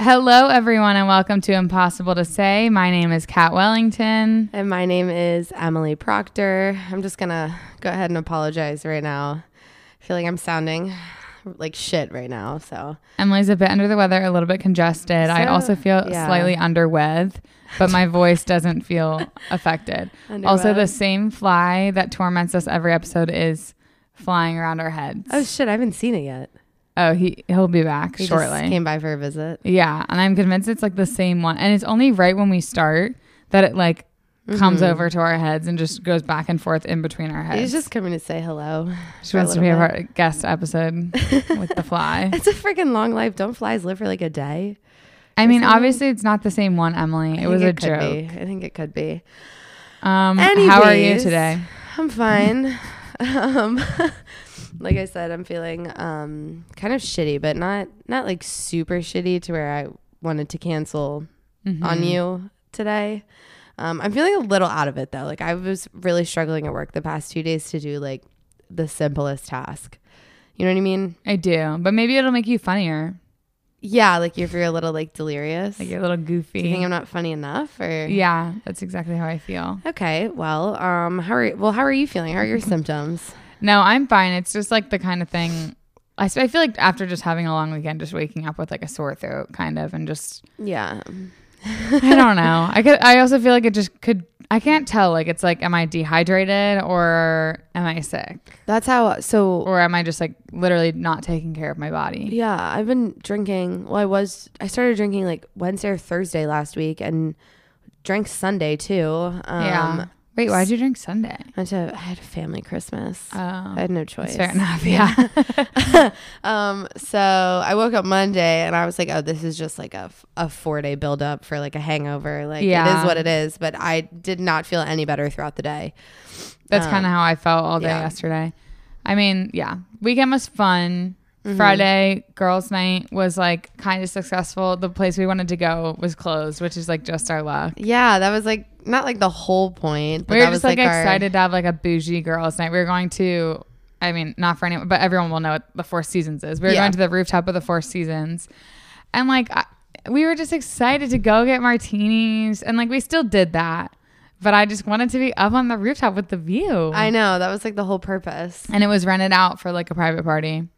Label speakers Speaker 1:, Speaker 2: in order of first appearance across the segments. Speaker 1: Hello, everyone, and welcome to Impossible to Say. My name is Kat Wellington.
Speaker 2: And my name is Emily Proctor. I'm just going to go ahead and apologize right now. I feel like I'm sounding like shit right now. So,
Speaker 1: Emily's a bit under the weather, a little bit congested. I
Speaker 2: So-
Speaker 1: also feel
Speaker 2: yeah.
Speaker 1: slightly underwed, but my voice doesn't feel affected. Also, the
Speaker 2: Underwed.
Speaker 1: same fly that torments us every episode is flying around our heads.
Speaker 2: oh shit, I haven't seen it yet.
Speaker 1: Oh, he he'll be back
Speaker 2: He
Speaker 1: shortly.
Speaker 2: just came by for a visit.
Speaker 1: Yeah, and I'm convinced it's like the same one. And it's only right when we start that it like comes
Speaker 2: Mm-hmm.
Speaker 1: over to our heads and just goes back and forth in between our heads.
Speaker 2: He's just coming to say hello.
Speaker 1: she
Speaker 2: for a
Speaker 1: wants to
Speaker 2: little
Speaker 1: be a
Speaker 2: bit.
Speaker 1: part, guest episode with the fly.
Speaker 2: It's a freaking long life. Don't flies live for like a day?
Speaker 1: I mean,
Speaker 2: Isn't it?
Speaker 1: obviously it's not the same one, Emily.
Speaker 2: I
Speaker 1: It was a
Speaker 2: think could
Speaker 1: joke.
Speaker 2: Be. I think it could be.
Speaker 1: Um, how are you
Speaker 2: Anyways.
Speaker 1: today?
Speaker 2: I'm fine. um, like I said, I'm feeling um, kind of shitty, but not not like super shitty to where I wanted to cancel
Speaker 1: Mm-hmm.
Speaker 2: on you today. Um, I'm feeling a little out of it though. Like I was really struggling at work the past two days to do like the simplest task. You know what I mean?
Speaker 1: I do, but maybe it'll make you funnier.
Speaker 2: Yeah, like if you're a little like delirious.
Speaker 1: Like you're a little goofy.
Speaker 2: do you think I'm not funny enough? Or
Speaker 1: yeah, that's exactly how I feel.
Speaker 2: Okay. Well, um, how are well? How are you feeling? How are your symptoms?
Speaker 1: No, I'm fine. It's just like the kind of thing. I, s- I feel like after just having a long weekend, just waking up with like a sore throat, kind of, and just
Speaker 2: Yeah.
Speaker 1: I don't know. I could. I also feel like it just could. I can't tell. Like it's like, am I dehydrated or am I sick
Speaker 2: That's how. So
Speaker 1: or am I just like literally not taking care of my body?
Speaker 2: Yeah, I've been drinking. Well, I was I started drinking like Wednesday or Thursday last week and drank Sunday too. Um
Speaker 1: yeah. Wait, why'd you drink Sunday?
Speaker 2: I had, to, I had a family Christmas.
Speaker 1: Oh,
Speaker 2: I had no
Speaker 1: that's
Speaker 2: choice.
Speaker 1: fair enough. Yeah.
Speaker 2: Um, so I woke up Monday and I was like, oh, this is just like a, f- a four day buildup for like a hangover. Like it
Speaker 1: Yeah.
Speaker 2: is what it is. But I did not feel any better throughout the day.
Speaker 1: That's kind of how I felt all day
Speaker 2: Um, yeah.
Speaker 1: yesterday. I mean, yeah, weekend was fun.
Speaker 2: Mm-hmm.
Speaker 1: Friday girls' night was like kind of successful. The place we wanted to go was closed, which is like just our luck.
Speaker 2: Yeah, that was like not like the whole point. But
Speaker 1: we were
Speaker 2: that
Speaker 1: just
Speaker 2: was
Speaker 1: like,
Speaker 2: our-
Speaker 1: excited to have like a bougie girls' night. We were going to, I mean, not for anyone, but everyone will know what the Four Seasons is. We were
Speaker 2: Yeah.
Speaker 1: going to the rooftop of the Four Seasons, and like I, we were just excited to go get martinis, and like we still did that, but I just wanted to be up on the rooftop with the view.
Speaker 2: I know. That was like the whole purpose.
Speaker 1: and it was rented out for like a private party.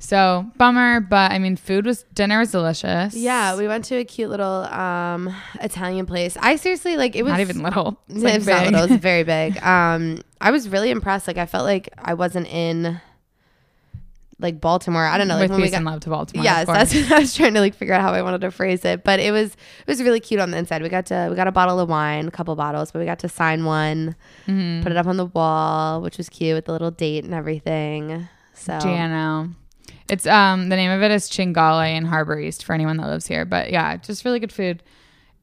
Speaker 1: So bummer, but I mean, food was dinner was delicious.
Speaker 2: Yeah, we went to a cute little um, Italian place. I seriously like it was
Speaker 1: not even little. It's, like,
Speaker 2: It's, not
Speaker 1: big.
Speaker 2: little, it was very big. Um, I was really impressed. Like I felt like I wasn't in like Baltimore. I don't know. Like
Speaker 1: With
Speaker 2: when we
Speaker 1: peace
Speaker 2: got
Speaker 1: and love to Baltimore.
Speaker 2: yes,
Speaker 1: of course.
Speaker 2: that's what I was trying to like figure out how I wanted to phrase it. But it was it was really cute on the inside. We got to we got a bottle of wine, a couple bottles, but we got to sign one,
Speaker 1: Mm-hmm.
Speaker 2: put it up on the wall, which was cute with the little date and everything. So
Speaker 1: Giano. It's um the name of it is Chingale in Harbor East for anyone that lives here. But yeah, just really good food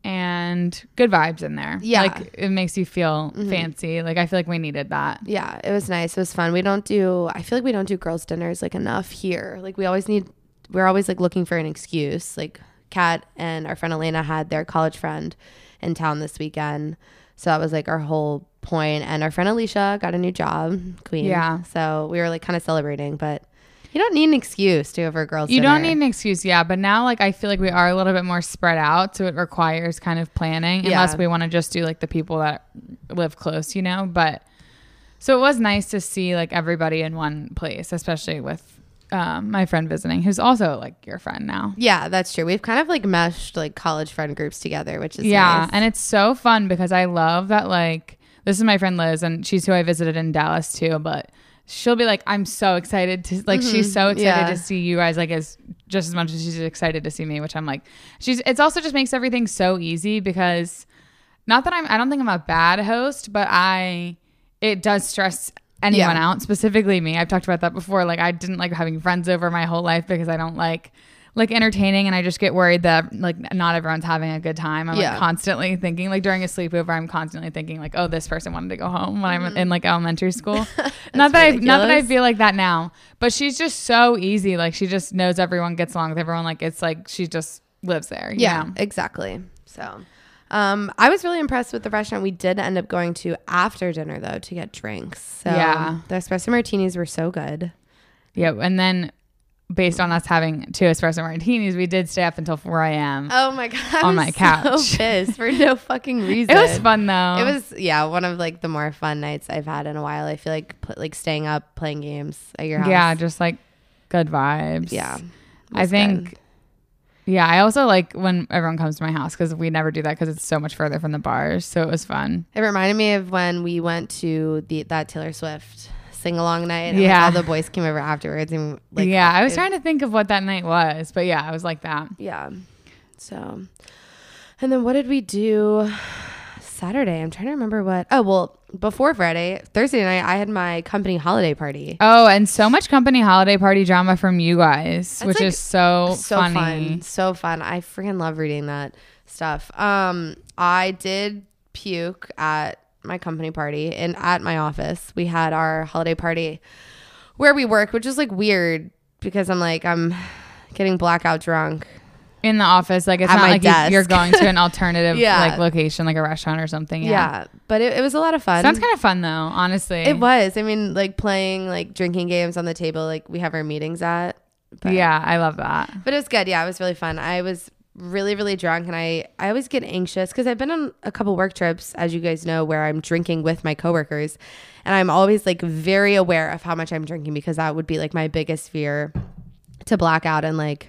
Speaker 1: and good vibes in there.
Speaker 2: Yeah. Mm-hmm.
Speaker 1: Like it makes you feel fancy. Like I feel like we needed that.
Speaker 2: Yeah, it was nice. It was fun. We don't do I feel like we don't do girls dinners like enough here. Like we always need we're always like looking for an excuse. Like Kat and our friend Elena had their college friend in town this weekend. So that was like our whole point and our friend Alicia got a new job, queen.
Speaker 1: Yeah.
Speaker 2: So we were like kind of celebrating, but you don't need an excuse to go for a girls
Speaker 1: You
Speaker 2: dinner.
Speaker 1: don't need an excuse, yeah. But now, like, I feel like we are a little bit more spread out, so it requires kind of planning, unless
Speaker 2: Yeah.
Speaker 1: we want to just do like the people that live close, you know. But so it was nice to see like everybody in one place, especially with um, my friend visiting, who's also like your friend now.
Speaker 2: Yeah, that's true. We've kind of like meshed like college friend groups together, which is
Speaker 1: yeah,
Speaker 2: nice.
Speaker 1: and it's so fun because I love that. Like, this is my friend Liz, and she's who I visited in Dallas too. But she'll be like, "I'm so excited to like." She's so excited
Speaker 2: Mm-hmm. yeah.
Speaker 1: to see you guys, like as just as much as she's excited to see me. Which I'm like, she's. It's also just makes everything so easy because, not that I'm. I don't think I'm a bad host, but I. It does stress anyone
Speaker 2: Yeah.
Speaker 1: out, specifically me. I've talked about that before. Like I didn't like having friends over my whole life because I don't like like entertaining and I just get worried that like not everyone's having a good time. I'm like
Speaker 2: Yeah.
Speaker 1: constantly thinking like during a sleepover I'm constantly thinking like oh this person wanted to go home when I'm in like elementary school. not that I not that I
Speaker 2: Mm-hmm. ridiculous.
Speaker 1: feel like that now, but she's just so easy. Like she just knows everyone gets along with everyone like it's like she just lives there.
Speaker 2: Yeah,
Speaker 1: yeah.
Speaker 2: exactly. So, um, I was really impressed with the restaurant we did end up going to after dinner though to get drinks. So
Speaker 1: Yeah.
Speaker 2: the espresso martinis were so good.
Speaker 1: Yeah, and then based on us having two espresso martinis, we did stay up until 4 a.m.
Speaker 2: Oh my god! I
Speaker 1: On
Speaker 2: was
Speaker 1: my couch.
Speaker 2: so pissed for no fucking reason.
Speaker 1: it was fun though.
Speaker 2: It was yeah, one of like the more fun nights I've had in a while. I feel like pl- like staying up playing games at your house.
Speaker 1: yeah, just like good vibes.
Speaker 2: yeah.
Speaker 1: I think. Yeah, I also like when everyone comes to my house because we never do that because it's so much further from the bars. So it was fun.
Speaker 2: It reminded me of when we went to the that Taylor Swift sing along night. And like,
Speaker 1: Yeah.
Speaker 2: all the boys came over afterwards and like
Speaker 1: yeah, I was
Speaker 2: it-
Speaker 1: trying to think of what that night was, but yeah, I was like that.
Speaker 2: Yeah. So, and then what did we do Saturday? I'm trying to remember what. Oh well, before Friday, Thursday night, I had my company holiday party.
Speaker 1: Oh, and so much company holiday party drama from you guys, which
Speaker 2: like,
Speaker 1: is so,
Speaker 2: so
Speaker 1: Oh, funny.
Speaker 2: fun so fun i freaking love reading that stuff um i did puke at my company party and at my office we had our holiday party where we work which is like weird because i'm like i'm getting blackout drunk
Speaker 1: In the office, like it's
Speaker 2: At
Speaker 1: not
Speaker 2: my
Speaker 1: like you, you're
Speaker 2: desk.
Speaker 1: going to an alternative
Speaker 2: Yeah.
Speaker 1: like location, like a restaurant or something.
Speaker 2: yeah,
Speaker 1: Yeah,
Speaker 2: but it, it was a lot of fun
Speaker 1: sounds kind of fun though. Honestly,
Speaker 2: it was i mean like playing like drinking games on the table like we have our meetings at but-
Speaker 1: Yeah, I love that.
Speaker 2: But it was good. Yeah, it was really fun. I was really, really drunk, and I I always get anxious because I've been on a couple work trips, as you guys know, where I'm drinking with my coworkers, and I'm always like very aware of how much I'm drinking because that would be like my biggest fear to black out and like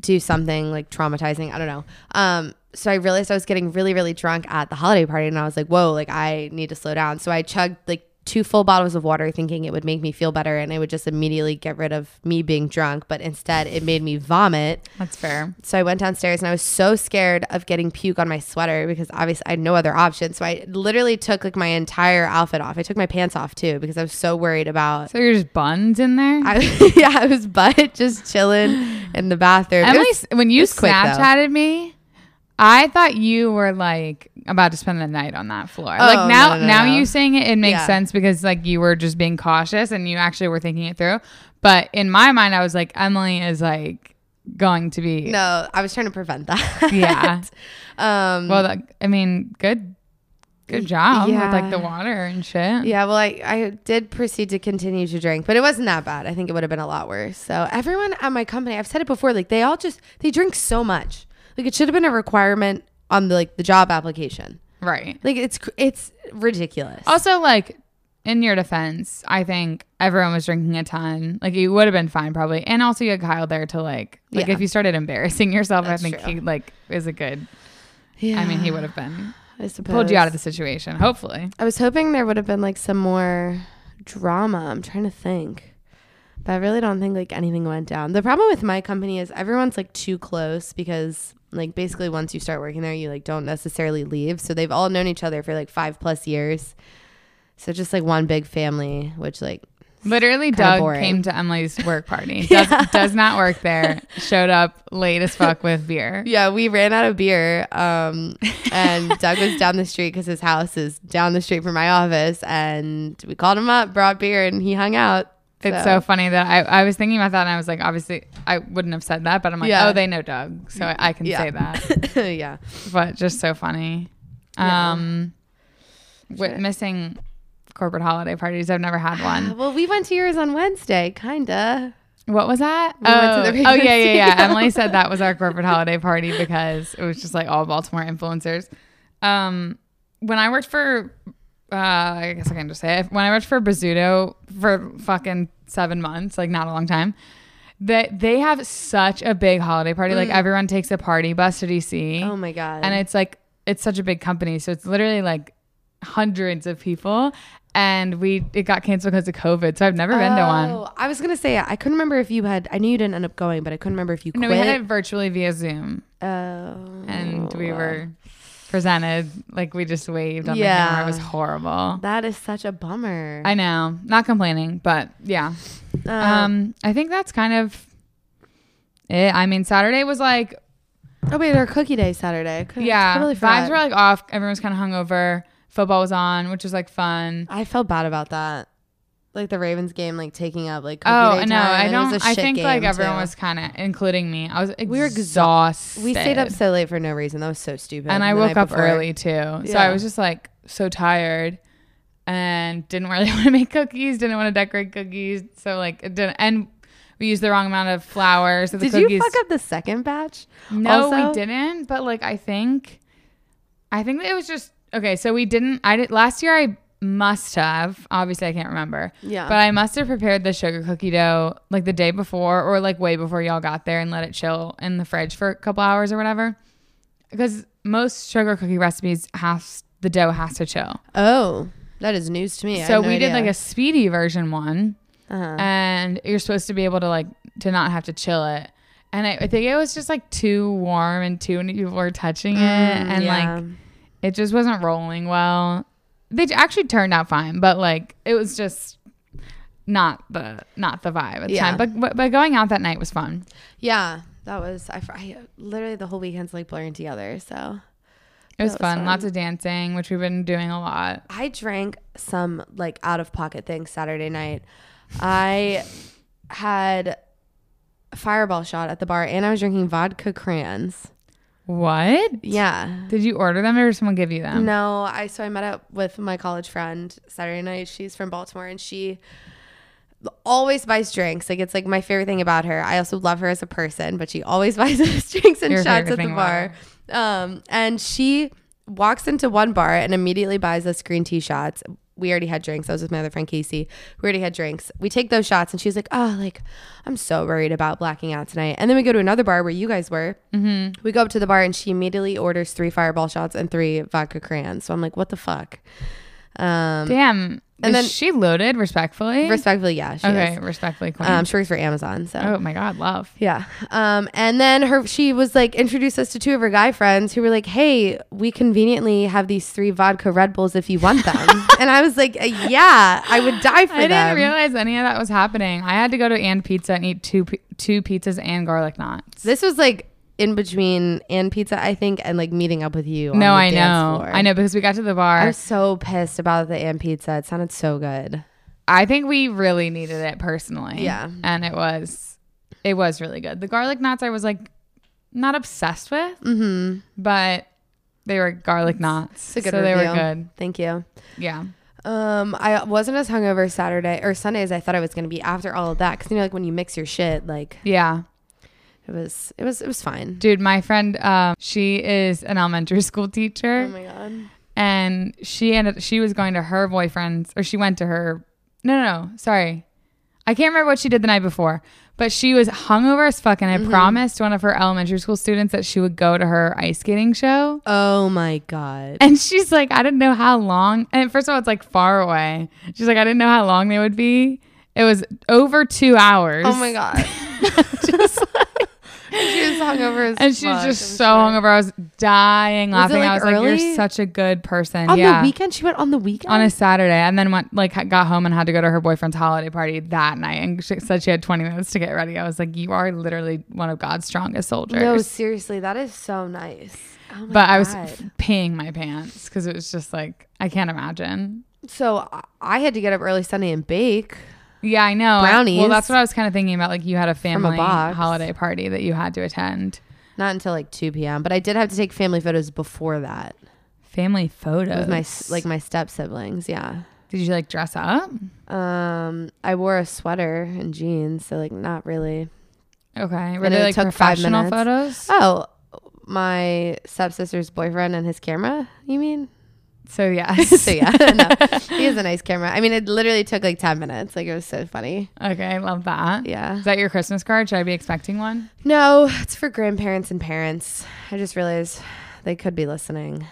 Speaker 2: do something like traumatizing. I don't know. Um, so I realized I was getting really, really drunk at the holiday party, and I was like, whoa, like I need to slow down. So I chugged like two full bottles of water, thinking it would make me feel better, and it would just immediately get rid of me being drunk. But instead, it made me vomit.
Speaker 1: That's fair.
Speaker 2: So I went downstairs and I was so scared of getting puke on my sweater because obviously I had no other option. So I literally took like my entire outfit off. I took my pants off too because I was so worried about
Speaker 1: So you're just buns in there.
Speaker 2: I, yeah, I was butt just chilling in the bathroom. It
Speaker 1: Emily,
Speaker 2: was-
Speaker 1: when you
Speaker 2: was quick, though.
Speaker 1: Snapchatted me, I thought you were like about to spend the night on that floor. like
Speaker 2: no,
Speaker 1: now,
Speaker 2: Oh, no, no,
Speaker 1: now
Speaker 2: no.
Speaker 1: you saying it, it makes
Speaker 2: Yeah.
Speaker 1: sense because like you were just being cautious and you actually were thinking it through. But in my mind, I was like, Emily is like going to be.
Speaker 2: no, I was trying to prevent that.
Speaker 1: Yeah.
Speaker 2: um,
Speaker 1: Well, like, I mean, good, good job
Speaker 2: yeah.
Speaker 1: with like the water and shit.
Speaker 2: yeah, well, I, I did proceed to continue to drink, but it wasn't that bad. I think it would have been a lot worse. So everyone at my company, I've said it before, like they all just, they drink so much. Like it should have been a requirement on the, like the job application.
Speaker 1: Right.
Speaker 2: Like it's, cr- it's ridiculous.
Speaker 1: Also, like in your defense, I think everyone was drinking a ton. Like you would have been fine probably, and also you had Kyle there to like, like
Speaker 2: Yeah.
Speaker 1: if you started embarrassing yourself, I
Speaker 2: That's
Speaker 1: think
Speaker 2: true.
Speaker 1: he like is a good.
Speaker 2: yeah,
Speaker 1: I mean, he would have been
Speaker 2: I suppose.
Speaker 1: pulled you out of the situation. Hopefully,
Speaker 2: I was hoping there would have been like some more drama. I'm trying to think. But I really don't think like anything went down. The problem with my company is everyone's like too close because like basically once you start working there, you like don't necessarily leave. So they've all known each other for like 5 plus years. So just like one big family, which like
Speaker 1: literally,
Speaker 2: Kinda
Speaker 1: Doug
Speaker 2: boring.
Speaker 1: came to Emily's work party. Does, does not work there. Showed up late as fuck with beer.
Speaker 2: yeah, we ran out of beer. Um, and Doug was down the street because his house is down the street from my office, and we called him up, brought beer, and he hung out.
Speaker 1: It's so funny that I, I was thinking about that and I was like, obviously, I wouldn't have said that, but I'm like,
Speaker 2: Yeah.
Speaker 1: oh, they know Doug. So I, I can
Speaker 2: Yeah.
Speaker 1: say that.
Speaker 2: yeah.
Speaker 1: but just so funny.
Speaker 2: Yeah.
Speaker 1: Um, with
Speaker 2: Shit. Ah.
Speaker 1: missing corporate holiday parties, I've never had one.
Speaker 2: Well, we went to yours on Wednesday, kinda.
Speaker 1: What was that?
Speaker 2: We went to the
Speaker 1: oh yeah, yeah, yeah.
Speaker 2: Regency.
Speaker 1: Emily said that was our corporate holiday party because it was just like all Baltimore influencers. Um, when I worked for, uh, I guess I can just say it. When I worked for Bizzuto for fucking seven months, like not a long time. That they have such a big holiday party. Like everyone takes a party bus to DC.
Speaker 2: Mm. Oh my god.
Speaker 1: and it's like it's such a big company so it's literally like hundreds of people and we it got canceled because of covid so i've never been to one
Speaker 2: Oh, I was gonna say I couldn't remember if you had. I knew you didn't end up going, but I couldn't remember if you
Speaker 1: no
Speaker 2: quit.
Speaker 1: we had it virtually via zoom
Speaker 2: oh,
Speaker 1: and we were presented like we just waved on
Speaker 2: Yeah.
Speaker 1: the camera it was horrible
Speaker 2: That is such a bummer.
Speaker 1: i know not complaining but yeah
Speaker 2: Uh.
Speaker 1: um, i think that's kind of it i mean saturday was like
Speaker 2: oh wait, our cookie day Saturday. I couldn't-
Speaker 1: yeah
Speaker 2: totally
Speaker 1: vibes
Speaker 2: forgot.
Speaker 1: were like off everyone was kind of hungover football was on which was like fun
Speaker 2: I felt bad about that. Like the Ravens game, like taking up like. Cookie
Speaker 1: Oh
Speaker 2: day
Speaker 1: no,
Speaker 2: time,
Speaker 1: I
Speaker 2: and it was
Speaker 1: don't.
Speaker 2: a
Speaker 1: I
Speaker 2: shit
Speaker 1: think like
Speaker 2: game,
Speaker 1: everyone
Speaker 2: too.
Speaker 1: was kind of, including me. I was
Speaker 2: We were
Speaker 1: exhausted.
Speaker 2: We stayed up so late for no reason. That was so stupid.
Speaker 1: and I
Speaker 2: the
Speaker 1: woke
Speaker 2: night
Speaker 1: up
Speaker 2: before.
Speaker 1: early too. So I
Speaker 2: Yeah.
Speaker 1: was just like so tired, and didn't really want to make cookies. Didn't want to decorate cookies. So like it didn't. And we we used the wrong amount of flour. So the
Speaker 2: Did
Speaker 1: cookies.
Speaker 2: you fuck up the second batch?
Speaker 1: No, we
Speaker 2: also?
Speaker 1: didn't. But like, I think, I think that it was just okay. So we didn't. I did last year. I must have. Obviously, I can't remember.
Speaker 2: Yeah.
Speaker 1: But I must have prepared the sugar cookie dough like the day before, or like way before y'all got there, and let it chill in the fridge for a couple hours or whatever. Because most sugar cookie recipes has the dough has to chill.
Speaker 2: Oh, that is news to me.
Speaker 1: so we did like a speedy version one
Speaker 2: a. Uh-huh.
Speaker 1: and you're supposed to be able to like to not have to chill it. And I, I think it was just like too warm and too many people were touching it,
Speaker 2: Mm,
Speaker 1: and like it just wasn't rolling well. They actually turned out fine, but like it was just not the not the vibe at the
Speaker 2: Yeah.
Speaker 1: time. But- But but going out that night was fun.
Speaker 2: yeah, that was I, fr- I. Literally, the whole weekend's like blurring together. So
Speaker 1: It was,
Speaker 2: That was
Speaker 1: fun.
Speaker 2: fun.
Speaker 1: Lots of dancing, which we've been doing a lot.
Speaker 2: I drank some like out of pocket things Saturday night. I had a fireball shot at the bar, and I was drinking vodka crayons.
Speaker 1: What
Speaker 2: Yeah,
Speaker 1: did you order them, or did someone give you them?
Speaker 2: No, I so I met up with my college friend Saturday night. She's from Baltimore and she always buys drinks. Like it's like my favorite thing about her. I also love her as a person, but she always buys us drinks and
Speaker 1: Your
Speaker 2: shots
Speaker 1: favorite
Speaker 2: at the
Speaker 1: thing about
Speaker 2: bar. Um and she walks into one bar and immediately buys us green tea shots. We already had drinks. I was with my other friend Casey. We already had drinks. We take those shots and she's like, "Oh, like I'm so worried about blacking out tonight." And then we go to another bar where you guys were.
Speaker 1: Mm-hmm.
Speaker 2: We go up to the bar and she immediately orders three fireball shots and three vodka crayons. So I'm like, what the fuck? Um,
Speaker 1: Damn.
Speaker 2: And
Speaker 1: And
Speaker 2: then-
Speaker 1: then she loaded respectfully.
Speaker 2: respectfully, yeah, she
Speaker 1: okay,
Speaker 2: is.
Speaker 1: respectfully. Queen.
Speaker 2: Um, she works for Amazon, so
Speaker 1: oh my God, love.
Speaker 2: yeah. Um, and then her, she was like introduced us to two of her guy friends who were like, "Hey, we conveniently have these three vodka Red Bulls if you want them." and I was like, uh, "Yeah, I would die for
Speaker 1: I didn't
Speaker 2: them."
Speaker 1: realize any of that was happening. I had to go to And Pizza and eat two pi- two pizzas and garlic knots.
Speaker 2: this was like in between and pizza, I think, and like meeting up with you. on
Speaker 1: no,
Speaker 2: the
Speaker 1: I
Speaker 2: dance
Speaker 1: know,
Speaker 2: floor.
Speaker 1: I know, because we got to the bar.
Speaker 2: I was so pissed about the and pizza. It sounded so good.
Speaker 1: I think we really needed it personally.
Speaker 2: Yeah.
Speaker 1: and it was it was really good. The garlic knots I was like not obsessed with,
Speaker 2: Mm-hmm.
Speaker 1: but they were garlic knots,
Speaker 2: It's a good
Speaker 1: so they were
Speaker 2: review.
Speaker 1: good.
Speaker 2: Thank you.
Speaker 1: Yeah,
Speaker 2: Um, I wasn't as hungover Saturday or Sunday as I thought I was going to be after all of that. Because you know, like when you mix your shit, like
Speaker 1: yeah,
Speaker 2: it was, it was, it was fine.
Speaker 1: dude. My friend, um, she is an elementary school teacher.
Speaker 2: Oh my god.
Speaker 1: and she ended she was going to her boyfriend's or she went to her no no no sorry i can't remember what she did the night before but she was hungover as fuck and
Speaker 2: Mm-hmm.
Speaker 1: i promised one of her elementary school students that she would go to her ice skating show
Speaker 2: Oh my god.
Speaker 1: and she's like i didn't know how long and first of all it's like far away she's like i didn't know how long they would be it was over two hours
Speaker 2: Oh my god.
Speaker 1: Just-
Speaker 2: she was hungover as
Speaker 1: and she was
Speaker 2: fuck,
Speaker 1: just
Speaker 2: I'm
Speaker 1: so
Speaker 2: sure.
Speaker 1: hungover i was dying
Speaker 2: Was it,
Speaker 1: laughing
Speaker 2: like,
Speaker 1: i was like
Speaker 2: early?
Speaker 1: you're such a good person
Speaker 2: On
Speaker 1: yeah
Speaker 2: the weekend, she went on the weekend.
Speaker 1: on a Saturday, and then went like ha- got home and had to go to her boyfriend's holiday party that night, and she said she had 20 minutes to get ready. I was like, you are literally one of God's strongest soldiers.
Speaker 2: no, seriously, that is so nice. Oh my
Speaker 1: but I was
Speaker 2: God.
Speaker 1: f- peeing my pants because it was just like I can't imagine.
Speaker 2: so I- I had to get up early Sunday and bake.
Speaker 1: Yeah, I know. I-
Speaker 2: Brownies.
Speaker 1: well, that's what I was kind of thinking about. Like you had a family
Speaker 2: box.
Speaker 1: holiday party that you had to attend.
Speaker 2: Not until like two p.m. But I did have to take family photos before that
Speaker 1: Family photos.
Speaker 2: with my s- like my step siblings. Yeah.
Speaker 1: did you like dress up?
Speaker 2: Um, I wore a sweater and jeans, so like not really.
Speaker 1: Okay, were
Speaker 2: And
Speaker 1: they
Speaker 2: it
Speaker 1: like
Speaker 2: took five
Speaker 1: professional photos?
Speaker 2: minutes. Oh, my stepsister's boyfriend and his camera. You mean?
Speaker 1: So yes.
Speaker 2: So yeah, no, he has a nice camera. I mean, it literally took like ten minutes. Like it was so funny.
Speaker 1: okay, I love that.
Speaker 2: Yeah.
Speaker 1: Is that your Christmas card? Should I be expecting one?
Speaker 2: No, it's for grandparents and parents. I just realized they could be listening,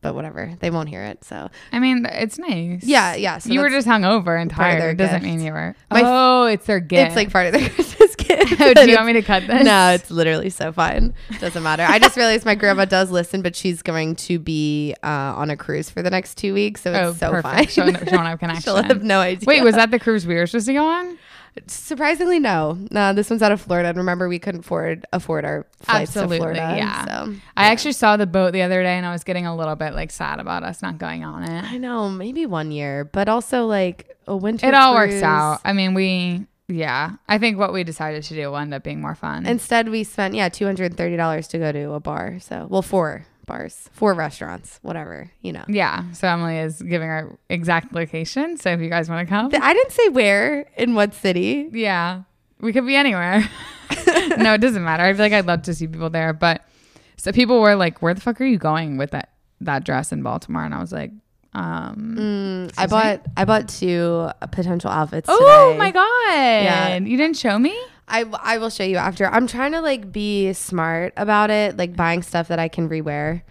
Speaker 2: but whatever. They won't hear it. So
Speaker 1: I mean, it's nice.
Speaker 2: yeah, yeah. So
Speaker 1: you were
Speaker 2: that's-
Speaker 1: just hungover and
Speaker 2: part of their
Speaker 1: tired. It doesn't
Speaker 2: gift.
Speaker 1: mean you were.
Speaker 2: My f-
Speaker 1: oh, it's their gift.
Speaker 2: It's like part of their Christmas gift.
Speaker 1: oh, do you want me to cut this?
Speaker 2: No, it's literally so fun. Doesn't matter. I just realized my grandma does listen, but she's going to be uh, on a cruise for the next two weeks, so it's
Speaker 1: oh,
Speaker 2: so
Speaker 1: perfect.
Speaker 2: fun.
Speaker 1: Showing, showing up connection.
Speaker 2: She'll have no idea.
Speaker 1: Wait, was that the cruise we were supposed to go on?
Speaker 2: surprisingly no. No, this one's out of Florida. And remember, we couldn't afford afford our flights
Speaker 1: Absolutely,
Speaker 2: to Florida.
Speaker 1: yeah.
Speaker 2: So
Speaker 1: I actually saw the boat the other day, and I was getting a little bit like sad about us not going on it.
Speaker 2: I know maybe one year, but also like a winter.
Speaker 1: It all
Speaker 2: cruise.
Speaker 1: works out. I mean, we yeah. I think what we decided to do will end up being more fun.
Speaker 2: Instead, we spent yeah two hundred and thirty dollars to go to a bar. So well, four bars, four restaurants, whatever you know.
Speaker 1: yeah, so Emily is giving our exact location. So if you guys want to come,
Speaker 2: I didn't say where in what city.
Speaker 1: yeah, we could be anywhere. no, it doesn't matter. I feel like I'd love to see people there, but so people were like, "Where the fuck are you going with that that dress in Baltimore?" And I was like, um,
Speaker 2: Mm, I
Speaker 1: Excuse
Speaker 2: bought I bought two uh, potential outfits.
Speaker 1: "Oh
Speaker 2: today.
Speaker 1: my god,
Speaker 2: Yeah.
Speaker 1: you didn't show me."
Speaker 2: I, I will show you after. I'm trying to like be smart about it, like buying stuff that I can rewear.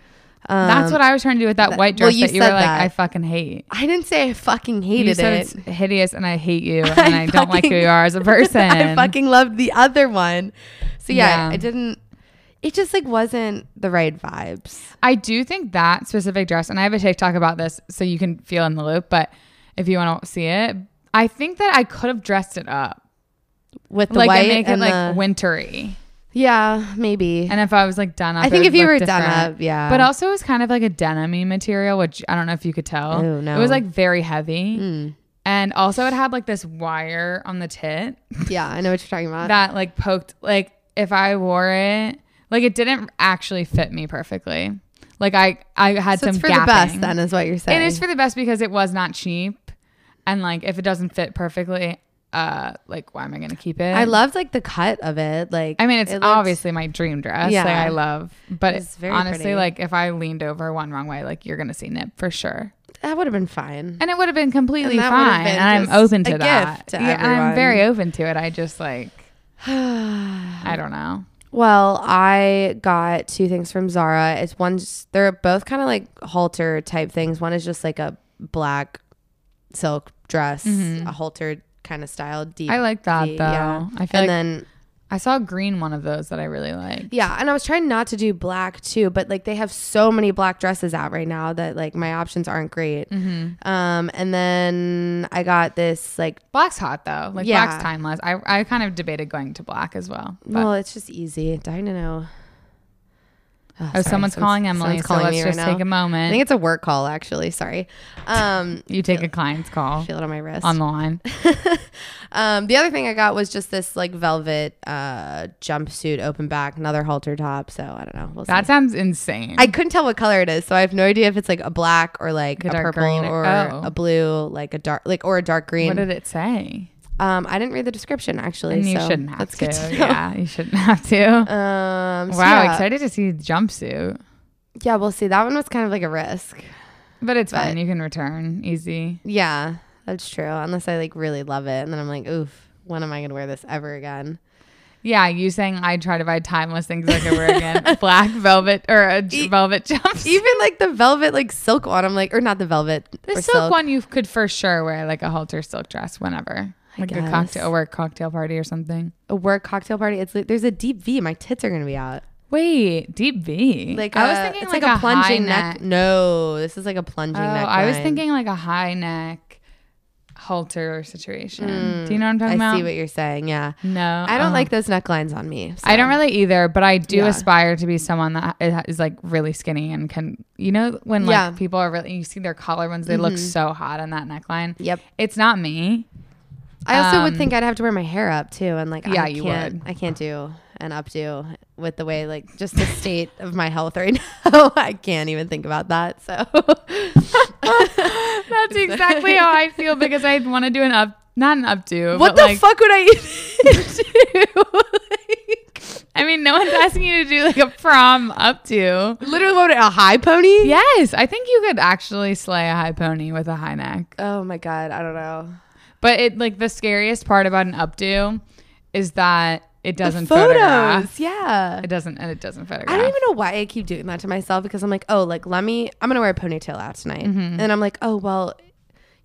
Speaker 2: Um,
Speaker 1: That's what I was trying to do with that
Speaker 2: that-
Speaker 1: white
Speaker 2: well,
Speaker 1: dress
Speaker 2: you
Speaker 1: that you were
Speaker 2: said
Speaker 1: like,
Speaker 2: that.
Speaker 1: "I fucking hate."
Speaker 2: I didn't say I fucking hated
Speaker 1: you said
Speaker 2: it.
Speaker 1: it's hideous and I hate you and I, don't like who
Speaker 2: fucking-
Speaker 1: you are as a person.
Speaker 2: I fucking loved the other one. So yeah,
Speaker 1: Yeah.
Speaker 2: I didn't. It just like wasn't the right vibes.
Speaker 1: I do think that specific dress, and I have a TikTok about this, so you can feel in the loop. But if you want to see it, I think that I could have dressed it up,
Speaker 2: With the
Speaker 1: like
Speaker 2: white
Speaker 1: and make it
Speaker 2: and
Speaker 1: like
Speaker 2: the-
Speaker 1: wintry.
Speaker 2: yeah, maybe.
Speaker 1: And if I was like done up,
Speaker 2: I
Speaker 1: it
Speaker 2: think
Speaker 1: would
Speaker 2: if you
Speaker 1: look
Speaker 2: were
Speaker 1: different.
Speaker 2: done up, yeah.
Speaker 1: But also, it was kind of like a denimy material, which I don't know if you could tell.
Speaker 2: Ew, no.
Speaker 1: It was like very heavy,
Speaker 2: Mm.
Speaker 1: and also it had like this wire on the tit
Speaker 2: yeah, I know what you're talking about.
Speaker 1: that like poked like if i wore it like it didn't actually fit me perfectly like i i had
Speaker 2: so
Speaker 1: some
Speaker 2: it's for
Speaker 1: gapping.
Speaker 2: the best, then, is what you're saying.
Speaker 1: it is for the best because it was not cheap and like if it doesn't fit perfectly uh like why am i gonna keep it
Speaker 2: I loved like the cut of it. Like,
Speaker 1: I mean, it's
Speaker 2: it looked-
Speaker 1: obviously my dream dress.
Speaker 2: Yeah.
Speaker 1: Like I love, but
Speaker 2: It's very
Speaker 1: honestly,
Speaker 2: pretty.
Speaker 1: like if I leaned over one wrong way, like you're gonna see nip for sure,
Speaker 2: that would have been fine.
Speaker 1: and it would have been completely
Speaker 2: And that would've
Speaker 1: fine.
Speaker 2: been
Speaker 1: and I'm
Speaker 2: just
Speaker 1: open to
Speaker 2: a gift
Speaker 1: that.
Speaker 2: to
Speaker 1: yeah,
Speaker 2: everyone.
Speaker 1: I'm very open to it. I just like I don't know.
Speaker 2: Well, I got two things from Zara. It's one, they're both kind of like halter type things. One is just like a black silk dress, a halter kind of style. Deep,
Speaker 1: Mm-hmm. I like that
Speaker 2: V,
Speaker 1: though. I feel
Speaker 2: and
Speaker 1: like
Speaker 2: then
Speaker 1: I saw a green one of those that I really like.
Speaker 2: yeah, and I was trying not to do black too, but like they have so many black dresses out right now that like my options aren't great.
Speaker 1: Mm-hmm.
Speaker 2: Um, and then I got this like
Speaker 1: Black's hot though. Like
Speaker 2: Yeah. Mm,
Speaker 1: black's timeless. I I kind of debated going to black as well. But oh,
Speaker 2: well, it's just easy. Dino. Oh,
Speaker 1: oh,
Speaker 2: sorry,
Speaker 1: someone's
Speaker 2: some-
Speaker 1: calling Emily.
Speaker 2: someone's
Speaker 1: so let's
Speaker 2: me
Speaker 1: just
Speaker 2: right
Speaker 1: take
Speaker 2: now.
Speaker 1: a
Speaker 2: I
Speaker 1: moment.
Speaker 2: think it's a work call actually. Sorry. Um,
Speaker 1: you take a client's call
Speaker 2: feel it on my wrist.
Speaker 1: on the line.
Speaker 2: Um, the other thing I got was just this like velvet uh, jumpsuit, open back, another halter top. So I don't know. We'll see.
Speaker 1: That sounds insane.
Speaker 2: I couldn't tell what color it is, so I have no idea if it's like a black or like
Speaker 1: A
Speaker 2: a,
Speaker 1: dark
Speaker 2: purple
Speaker 1: green.
Speaker 2: or
Speaker 1: Oh.
Speaker 2: a blue, like a dark, like or a dark green.
Speaker 1: what did it say?
Speaker 2: um, I didn't read the description actually.
Speaker 1: And you
Speaker 2: so
Speaker 1: shouldn't have
Speaker 2: that's
Speaker 1: to.
Speaker 2: good to know.
Speaker 1: yeah, you shouldn't have to.
Speaker 2: Um, so
Speaker 1: wow,
Speaker 2: yeah.
Speaker 1: excited to see the jumpsuit.
Speaker 2: Yeah, we'll see. That one was kind of like a risk.
Speaker 1: But it's
Speaker 2: But-
Speaker 1: fine. You can return easy.
Speaker 2: Yeah, that's true. Unless I like really love it, and then I'm like, oof, when am I gonna wear this ever again?
Speaker 1: Yeah, you saying I try to buy timeless things like I wear again. Black velvet or a j-
Speaker 2: E-
Speaker 1: velvet jumpsuit.
Speaker 2: Even like the velvet, like silk one, I'm like, or not the velvet,
Speaker 1: The
Speaker 2: or
Speaker 1: silk, one you could for sure wear like a halter silk dress whenever. Like a
Speaker 2: guess.
Speaker 1: cocktail or a cocktail party or something.
Speaker 2: a work cocktail party. It's like, there's a deep V. My tits are gonna be out.
Speaker 1: Wait, deep V.
Speaker 2: Like
Speaker 1: I was
Speaker 2: uh,
Speaker 1: thinking
Speaker 2: it's
Speaker 1: like, a, plunging neck.
Speaker 2: No, this is like a plunging
Speaker 1: Oh,
Speaker 2: neck.
Speaker 1: I was thinking like a high neck halter situation. Do you know what I'm
Speaker 2: Mm, I
Speaker 1: talking about?
Speaker 2: see what you're saying. Yeah,
Speaker 1: no,
Speaker 2: I don't
Speaker 1: oh.
Speaker 2: like those necklines on me.
Speaker 1: I don't really either, but I do
Speaker 2: Yeah.
Speaker 1: aspire to be someone that i- is like really skinny and can, you know, when like
Speaker 2: Yeah. Mm-hmm.
Speaker 1: people are really, you see their collarbones, they look so hot on that neckline.
Speaker 2: Yep.
Speaker 1: It's not me.
Speaker 2: I also would
Speaker 1: um,
Speaker 2: think I'd have to wear my hair up too, and like
Speaker 1: Yeah,
Speaker 2: I
Speaker 1: you
Speaker 2: can't,
Speaker 1: would.
Speaker 2: I can't do an updo with the way like just the state of my health right now. I can't even think about that. So
Speaker 1: That's exactly how I feel because I want to do an up, not an updo. but,
Speaker 2: what the
Speaker 1: like,
Speaker 2: fuck would I even do? like,
Speaker 1: I mean, no one's asking you to do like a prom updo.
Speaker 2: literally, what would I- a high pony?
Speaker 1: Yes, I think you could actually slay a high pony with a high neck.
Speaker 2: Oh my god, I don't know.
Speaker 1: But it like the scariest part about an updo is that it doesn't
Speaker 2: Photos,
Speaker 1: photograph.
Speaker 2: yeah.
Speaker 1: It doesn't, and it doesn't photograph.
Speaker 2: I don't even know why I keep doing that to myself because I'm like, oh, like let me, I'm gonna wear a ponytail out tonight,
Speaker 1: Mm-hmm.
Speaker 2: and I'm like, oh well,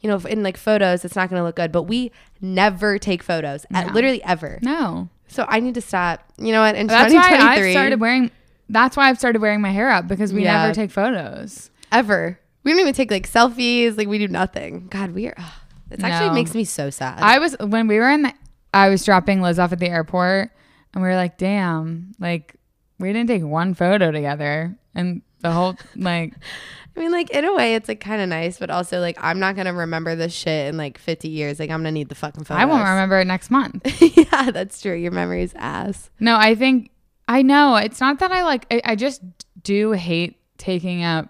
Speaker 2: you know, in like photos, it's not gonna look good. But we never take photos, at, literally ever.
Speaker 1: No.
Speaker 2: So I need to stop. You know what? In
Speaker 1: That's why
Speaker 2: 2023,
Speaker 1: I've started wearing. That's why I've started wearing my hair up because we
Speaker 2: Yeah.
Speaker 1: never take photos.
Speaker 2: ever. We don't even take like selfies. Like we do nothing. God, we are. ugh. It
Speaker 1: No.
Speaker 2: actually makes me so sad.
Speaker 1: I was when we were in the. I was dropping Liz off at the airport, and we were like, "Damn, like we didn't take one photo together." And the whole like,
Speaker 2: I mean, like in a way, it's like kind of nice, but also like I'm not gonna remember this shit in like 50 years. Like I'm gonna need the fucking photos.
Speaker 1: I won't remember it next month.
Speaker 2: yeah, that's true. Your memory's ass.
Speaker 1: No, I think I know. It's not that I like. I, I just do hate taking up.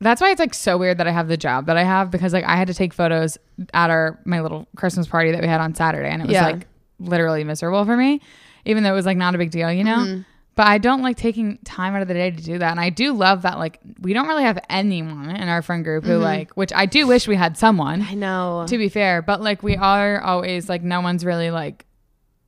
Speaker 1: That's why it's like so weird that I have the job that I have because like I had to take photos at our my little Christmas party that we had on Saturday and it was
Speaker 2: Yeah.
Speaker 1: like literally miserable for me, even though it was like not a big deal, you know? But I don't like taking time out of the day to do that. And I do love that, like, we don't really have anyone in our friend group who, like, which I do wish we had someone,
Speaker 2: I know.
Speaker 1: to be fair, but like, we are always like, no one's really like,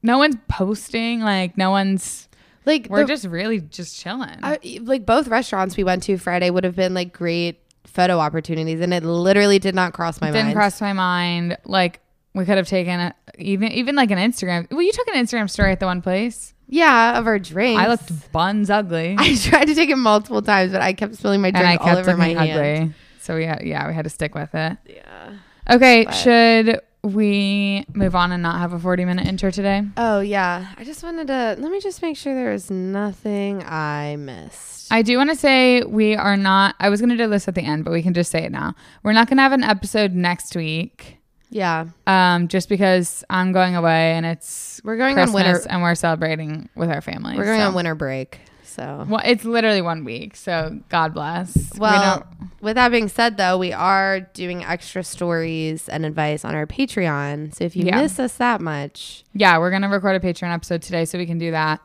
Speaker 1: no one's posting, like, no one's,
Speaker 2: like
Speaker 1: we're
Speaker 2: the-
Speaker 1: just really just chilling.
Speaker 2: I, like both restaurants we went to Friday would have been like great photo opportunities, and it literally did not cross my
Speaker 1: didn't
Speaker 2: mind.
Speaker 1: cross my mind. Like we could have taken a, even even like an Instagram. Well, you took an Instagram story at the one place.
Speaker 2: yeah, of our drink.
Speaker 1: I looked buns ugly,
Speaker 2: I tried to take it multiple times, but I kept spilling my
Speaker 1: and
Speaker 2: drink
Speaker 1: I kept
Speaker 2: all over my
Speaker 1: looking
Speaker 2: hand.
Speaker 1: ugly. So we had, yeah, we had to stick with it.
Speaker 2: Yeah.
Speaker 1: Okay, should we move on and not have a forty minute intro today?
Speaker 2: Oh yeah. I just wanted to let me just make sure there was nothing I missed.
Speaker 1: I do want to say we are not. I was going to do this at the end, but we can just say it now. We're not going to have an episode next week,
Speaker 2: yeah,
Speaker 1: um, just because I'm going away and it's
Speaker 2: we're going
Speaker 1: Christmas
Speaker 2: on winter.
Speaker 1: and we're celebrating with our family.
Speaker 2: We're going
Speaker 1: so.
Speaker 2: on winter break. So
Speaker 1: Well, it's literally one week, so God bless. We
Speaker 2: well.
Speaker 1: don't-
Speaker 2: With that being said, though, we are doing extra stories and advice on our Patreon. So if you
Speaker 1: Yeah.
Speaker 2: miss us that much,
Speaker 1: yeah, we're gonna record a Patreon episode today, so we can do that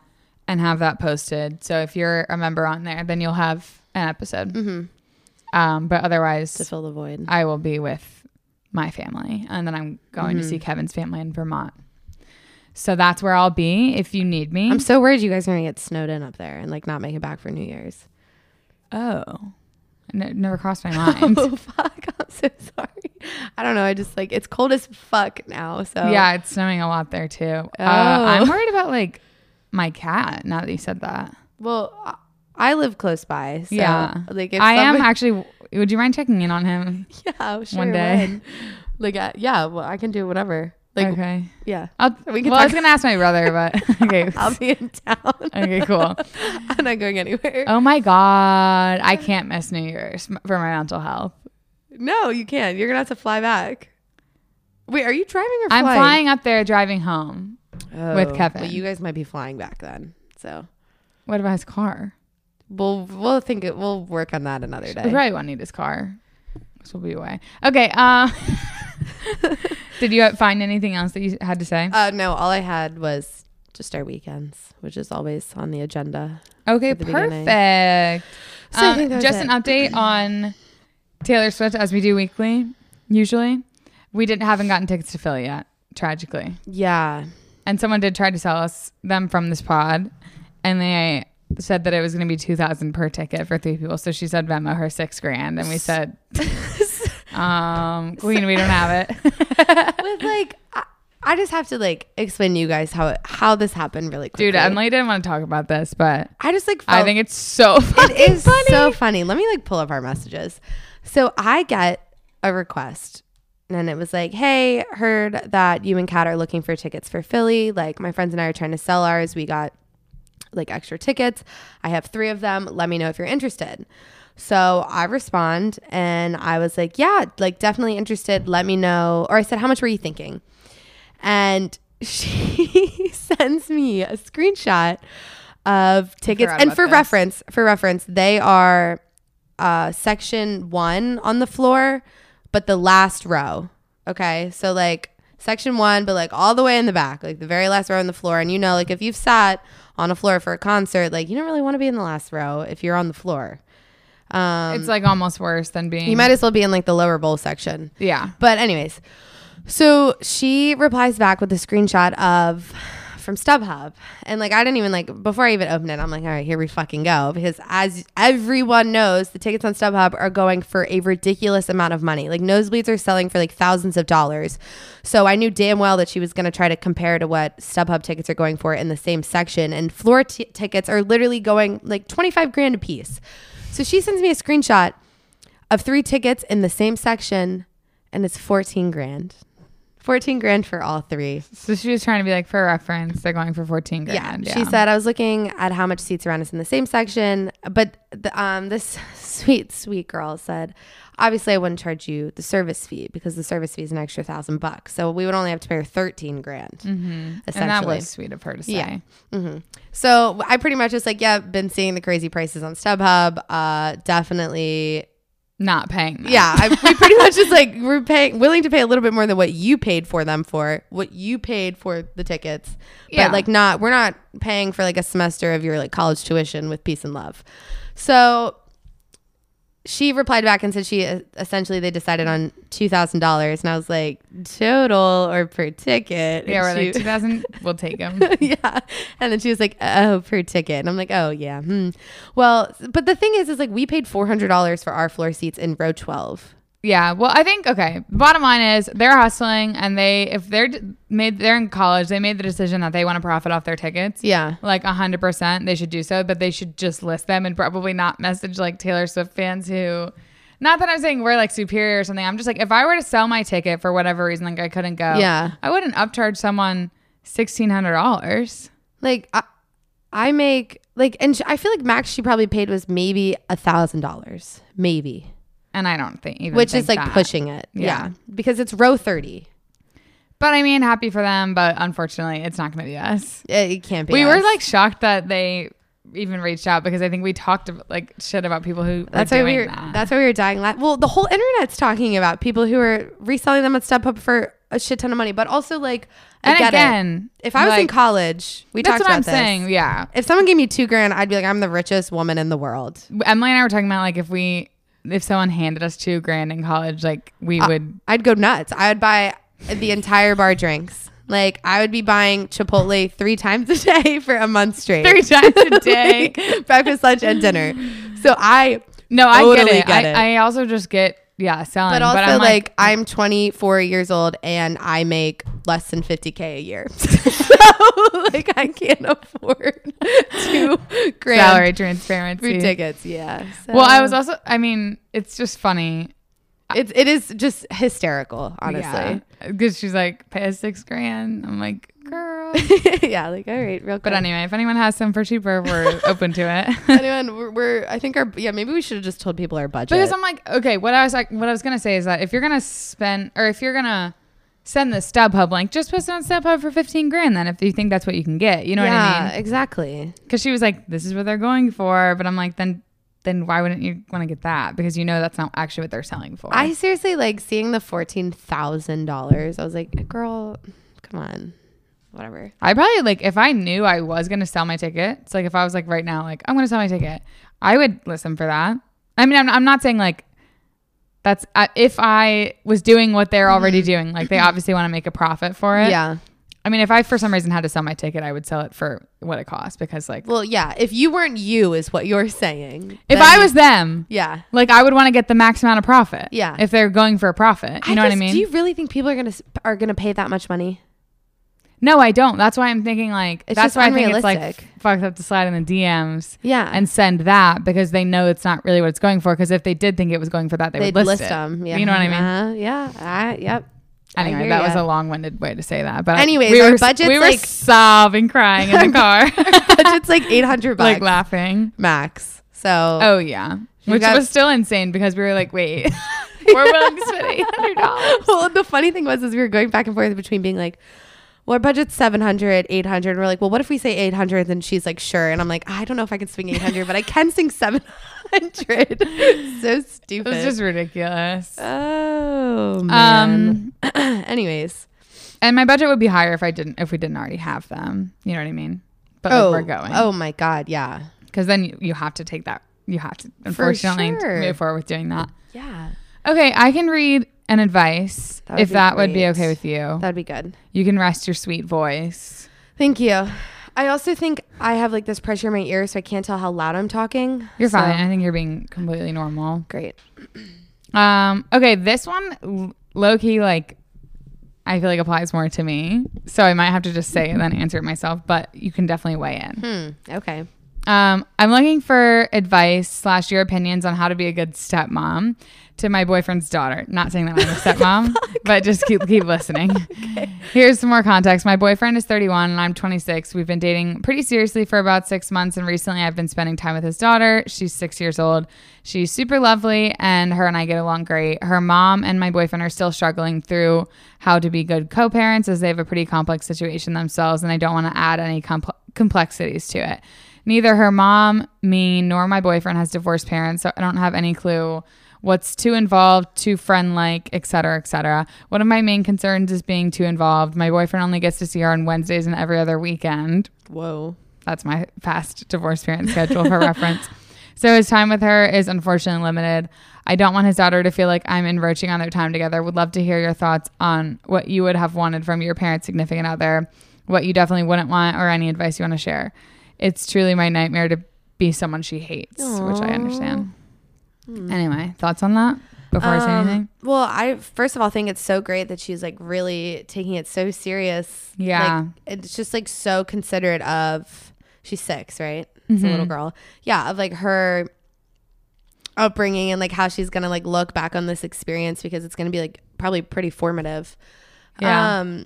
Speaker 1: and have that posted. So if you're a member on there, then you'll have an episode.
Speaker 2: Mm-hmm.
Speaker 1: Um, but
Speaker 2: to
Speaker 1: otherwise,
Speaker 2: fill the void.
Speaker 1: I will be with my family, and then I'm going to see
Speaker 2: Mm-hmm.
Speaker 1: Kevin's family in Vermont. So that's where I'll be if you need me.
Speaker 2: I'm so worried you guys are gonna get snowed in up there and like not make it back for New Year's.
Speaker 1: oh, no, never crossed my mind.
Speaker 2: Oh fuck! I'm so sorry. I don't know. I just like it's cold as fuck now. So
Speaker 1: Yeah, it's snowing a lot there too. Uh, I'm worried about like my cat. Now that you said that.
Speaker 2: Well, I- I live close by. So,
Speaker 1: Yeah.
Speaker 2: Like if
Speaker 1: I am
Speaker 2: somebody-
Speaker 1: actually. Would you mind checking in on him?
Speaker 2: Yeah. Sure
Speaker 1: one day.
Speaker 2: would. Like uh, yeah. Well, I can do whatever. Like
Speaker 1: okay.
Speaker 2: yeah.
Speaker 1: I'll,
Speaker 2: we can
Speaker 1: well, I was
Speaker 2: talk-
Speaker 1: gonna ask my brother, but okay.
Speaker 2: I'll be in town.
Speaker 1: okay, cool.
Speaker 2: I'm not going anywhere.
Speaker 1: Oh my god, I can't miss New Year's m- for my mental health.
Speaker 2: No, you can't. You're gonna have to fly back. Wait, are you driving or
Speaker 1: I'm
Speaker 2: flying?
Speaker 1: flying up there, driving home. with
Speaker 2: Oh,
Speaker 1: Kevin.
Speaker 2: Well, you guys might be flying back then. So
Speaker 1: What about his car?
Speaker 2: we'll we'll think it, we'll work on that another
Speaker 1: We
Speaker 2: day.
Speaker 1: probably won't need his car. This will be away. Okay. Um, did you find anything else that you had to say?
Speaker 2: Uh, no, all I had was just our weekends, which is always on the agenda.
Speaker 1: Okay,
Speaker 2: at the beginning.
Speaker 1: perfect.
Speaker 2: So I
Speaker 1: Um,
Speaker 2: think that was
Speaker 1: just an
Speaker 2: it.
Speaker 1: update on Taylor Swift, as we do weekly, usually. We didn't haven't gotten tickets to Philly yet, tragically.
Speaker 2: Yeah,
Speaker 1: And someone did try to sell us them from this pod, and they said that it was going to be two thousand per ticket for three people. So she said Venmo her six grand, and we said, um, "Queen, we don't have it."
Speaker 2: with like, I, I just have to like explain to you guys how it, how this happened really quickly.
Speaker 1: Dude, Emily didn't want to talk about this, but
Speaker 2: I just like
Speaker 1: I
Speaker 2: felt-
Speaker 1: think it's so funny.
Speaker 2: it is so funny. Let me like pull up our messages. So I get a request and it was like, Hey, heard that you and Kat are looking for tickets for Philly. Like my friends and I are trying to sell ours. We got like extra tickets. I have three of them. Let me know if you're interested. So I respond and I was like, Yeah, like definitely interested. Let me know. Or I said, How much were you thinking? And she sends me a screenshot of tickets.
Speaker 1: forgot
Speaker 2: And
Speaker 1: about
Speaker 2: for
Speaker 1: this.
Speaker 2: reference, for reference, they are uh, section one on the floor, but the last row. Okay. So like section one, but like all the way in the back, like the very last row on the floor. And you know, like if you've sat on a floor for a concert, like you don't really want to be in the last row if you're on the floor. Um,
Speaker 1: It's like almost worse than being.
Speaker 2: you might as well be in like the lower bowl section.
Speaker 1: yeah.
Speaker 2: But anyways, so she replies back with a screenshot of from StubHub, and like I didn't even like before I even opened it. I'm like, all right, here we fucking go, because as everyone knows, the tickets on StubHub are going for a ridiculous amount of money. Like nosebleeds are selling for like thousands of dollars. So I knew damn well that she was gonna try to compare to what StubHub tickets are going for in the same section, and floor t- tickets are literally going like 25 grand a piece. So she sends me a screenshot of three tickets in the same section and it's 14 grand 14 grand for all three
Speaker 1: So she was trying to be like, for reference, they're going for 14 grand.
Speaker 2: she said i was looking at how much seats around us in the same section but the, um, this sweet sweet girl said obviously i wouldn't charge you the service fee because the service fee is an extra thousand bucks so we would only have to pay her 13 grand essentially
Speaker 1: Mm-hmm. And that was sweet of her to say.
Speaker 2: Yeah. So I pretty much was like, yeah, been seeing the crazy prices on StubHub. Uh, definitely
Speaker 1: not paying. Them.
Speaker 2: Yeah, I, we pretty much just like we're paying willing to pay a little bit more than what you paid for them for, what you paid for the tickets.
Speaker 1: Yeah.
Speaker 2: But like not we're not paying for like a semester of your like college tuition with peace and love. So she replied back and said she uh, essentially they decided on two thousand dollars, and I was like total or per ticket.
Speaker 1: Yeah,
Speaker 2: And
Speaker 1: we're
Speaker 2: she-
Speaker 1: like two thousand. We'll take them.
Speaker 2: yeah. And then she was like, oh, per ticket. And I'm like, oh, yeah. Hmm. Well, but the thing is, is like we paid $400 for our floor seats in row 12.
Speaker 1: Yeah. Well, I think okay. Bottom line is they're hustling, and they if they're d- made they're in college, they made the decision that they want to profit off their tickets.
Speaker 2: Yeah.
Speaker 1: Like hundred percent, they should do so, but they should just list them and probably not message like Taylor Swift fans who. Not that I'm saying we're like superior or something. I'm just like if I were to sell my ticket for whatever reason, like I couldn't go.
Speaker 2: Yeah.
Speaker 1: I wouldn't upcharge someone sixteen hundred dollars.
Speaker 2: Like, I, I make, like, and sh- I feel like max she probably paid was maybe $1,000, maybe,
Speaker 1: and I don't think even
Speaker 2: which is
Speaker 1: think
Speaker 2: like
Speaker 1: that.
Speaker 2: pushing it.
Speaker 1: Yeah.
Speaker 2: Yeah. Because it's row 30.
Speaker 1: But I mean, happy for them. But unfortunately, it's not going to be us.
Speaker 2: It, it can't be.
Speaker 1: We were
Speaker 2: us.
Speaker 1: like shocked that they even reached out because I think we talked like shit about people who.
Speaker 2: That's
Speaker 1: were
Speaker 2: why
Speaker 1: doing
Speaker 2: we were.
Speaker 1: That.
Speaker 2: That's why we were dying. La- well, the whole internet's talking about people who are reselling them at StubHub for a shit ton of money, but also like, I
Speaker 1: and
Speaker 2: get it.
Speaker 1: again,
Speaker 2: If I was in
Speaker 1: like,
Speaker 2: college, we
Speaker 1: that's
Speaker 2: talked
Speaker 1: what
Speaker 2: about
Speaker 1: I'm
Speaker 2: this.
Speaker 1: saying. Yeah,
Speaker 2: If someone gave me two grand, I'd be like, I'm the richest woman in the world.
Speaker 1: Emily and I were talking about like if we if someone handed us two grand in college, like we
Speaker 2: Ah.
Speaker 1: would.
Speaker 2: I'd go nuts. I would buy the entire bar drinks. Like I would be buying Chipotle three times a day for a month straight.
Speaker 1: Three times a day.
Speaker 2: Like, breakfast, lunch, and dinner. So I,
Speaker 1: No, I
Speaker 2: Totally
Speaker 1: get, it.
Speaker 2: get
Speaker 1: I, I also just get yeah selling,
Speaker 2: but also
Speaker 1: I'm
Speaker 2: like, I'm 24 years old and I make less than 50k a year. so like I can't afford two grand
Speaker 1: salary transparency.
Speaker 2: for tickets. Yeah. So-
Speaker 1: Well, I was also. I mean, it's just funny.
Speaker 2: It's it is just hysterical, honestly.
Speaker 1: Because she's like, pay us six grand. I'm like, girl.
Speaker 2: Yeah, like all right, real quick.
Speaker 1: But anyway, if anyone has some for cheaper, we're open to it.
Speaker 2: anyone, we're, we're I think our yeah maybe we should have just told people our budget.
Speaker 1: because I'm like, okay, what I was like, what I was gonna say is that if you're gonna spend or if you're gonna send the StubHub link, just post it on StubHub for 15 grand. Then if you think that's what you can get, you know what I
Speaker 2: yeah,
Speaker 1: mean?
Speaker 2: exactly.
Speaker 1: Because she was like, this is what they're going for. But I'm like, then. Then why wouldn't you want to get that? Because you know that's not actually what they're selling for.
Speaker 2: I seriously like seeing the fourteen thousand dollars. I was like, girl, come on, whatever.
Speaker 1: I probably like if I knew I was gonna sell my ticket. It's like if I was like right now, like I'm gonna sell my ticket, I would listen for that. I mean, I'm, I'm not saying like that's I if I was doing what they're already doing. Like they obviously want to make a profit for it.
Speaker 2: Mm-hmm. Yeah.
Speaker 1: I mean, if I for some reason had to sell my ticket, I would sell it for what it costs because like
Speaker 2: Well, yeah. If you weren't you, is what you're saying.
Speaker 1: if
Speaker 2: Then-
Speaker 1: I was them,
Speaker 2: yeah.
Speaker 1: like I would want to get the max amount of profit.
Speaker 2: Yeah.
Speaker 1: If they're going for a profit, you know what I
Speaker 2: just-
Speaker 1: mean?
Speaker 2: Do you really think people are gonna sp- are gonna pay that much money?
Speaker 1: no, I don't. That's why I'm thinking like
Speaker 2: It's
Speaker 1: that's
Speaker 2: just
Speaker 1: why I think it's like
Speaker 2: unrealistic.
Speaker 1: fucked up to slide in the DMs.
Speaker 2: Yeah,
Speaker 1: and send that because they know it's not really what it's going for. Because if they did think it was going for that, they
Speaker 2: they'd
Speaker 1: would list,
Speaker 2: list
Speaker 1: it.
Speaker 2: them. Yeah,
Speaker 1: You know what I mean?
Speaker 2: Uh-huh. Yeah. I, yep. I
Speaker 1: Anyway,
Speaker 2: hear
Speaker 1: that was
Speaker 2: ya.
Speaker 1: a long-winded way to say that. But
Speaker 2: Anyways,
Speaker 1: we
Speaker 2: our
Speaker 1: were,
Speaker 2: budget's
Speaker 1: we were
Speaker 2: like-
Speaker 1: sobbing, crying in the car,
Speaker 2: budget's like eight hundred bucks
Speaker 1: like laughing.
Speaker 2: max. So
Speaker 1: Oh yeah,
Speaker 2: You
Speaker 1: which
Speaker 2: got-
Speaker 1: was still insane because we were like, wait, we're willing to spend eight hundred dollars.
Speaker 2: well, the funny thing was is we were going back and forth between being like, well, our budget's 700, 800. And we're like, well, what if we say 800? And she's like, sure. And I'm like, I don't know if I can swing 800, but I can sing 700. so
Speaker 1: It
Speaker 2: stupid.
Speaker 1: was just Um, ridiculous.
Speaker 2: oh, man. Anyways.
Speaker 1: And my budget would be higher if I didn't if we didn't already have them. You know what I mean? But like,
Speaker 2: oh,
Speaker 1: we're going.
Speaker 2: Oh, my God. Yeah.
Speaker 1: because then you, you have to take that. You have to unfortunately
Speaker 2: sure.
Speaker 1: move forward with doing that.
Speaker 2: Yeah.
Speaker 1: Okay, I can read an advice
Speaker 2: That would
Speaker 1: if
Speaker 2: be
Speaker 1: that would be
Speaker 2: great.
Speaker 1: okay with you.
Speaker 2: That'd be good.
Speaker 1: you can rest your sweet voice.
Speaker 2: Thank you. I also think I have like this pressure in my ear, so I can't tell how loud I'm talking.
Speaker 1: You're
Speaker 2: So-
Speaker 1: fine. I think you're being completely normal.
Speaker 2: Great.
Speaker 1: Um, okay, this one low key like I feel like applies more to me. So I might have to just say it and then answer it myself, but you can definitely weigh in.
Speaker 2: Hmm. Okay.
Speaker 1: Um, I'm looking for advice slash your opinions on how to be a good stepmom to my boyfriend's daughter. Not saying that I'm a stepmom, but just keep keep listening. Here's some more context. My boyfriend is 31 and I'm 26. We've been dating pretty seriously for about six months, and recently I've been spending time with his daughter. She's six years old. She's super lovely, and her and I get along great. Her mom and my boyfriend are still struggling through how to be good co parents as they have a pretty complex situation themselves, and I don't want to add any compl- complexities to it. Neither her mom, me, nor my boyfriend has divorced parents, so I don't have any clue what's too involved, too friend like, et cetera, et cetera. One of my main concerns is being too involved. My boyfriend only gets to see her on Wednesdays and every other weekend.
Speaker 2: Whoa.
Speaker 1: That's my fast divorce parent schedule for reference. So his time with her is unfortunately limited. I don't want his daughter to feel like I'm encroaching on their time together. Would love to hear your thoughts on what you would have wanted from your parents' significant other, what you definitely wouldn't want, or any advice you want to share. It's truly my nightmare to be someone she hates, which I understand. Anyway, thoughts on that before I say
Speaker 2: Um,
Speaker 1: anything?
Speaker 2: Well, I first of all think it's so great that she's like really taking it so serious.
Speaker 1: Yeah.
Speaker 2: Like, it's just like so considerate of she's six, right? It's a
Speaker 1: Mm-hmm.
Speaker 2: little girl. Yeah, of like her upbringing and like how she's gonna like look back on this experience because it's gonna be like probably pretty formative.
Speaker 1: Yeah.
Speaker 2: Um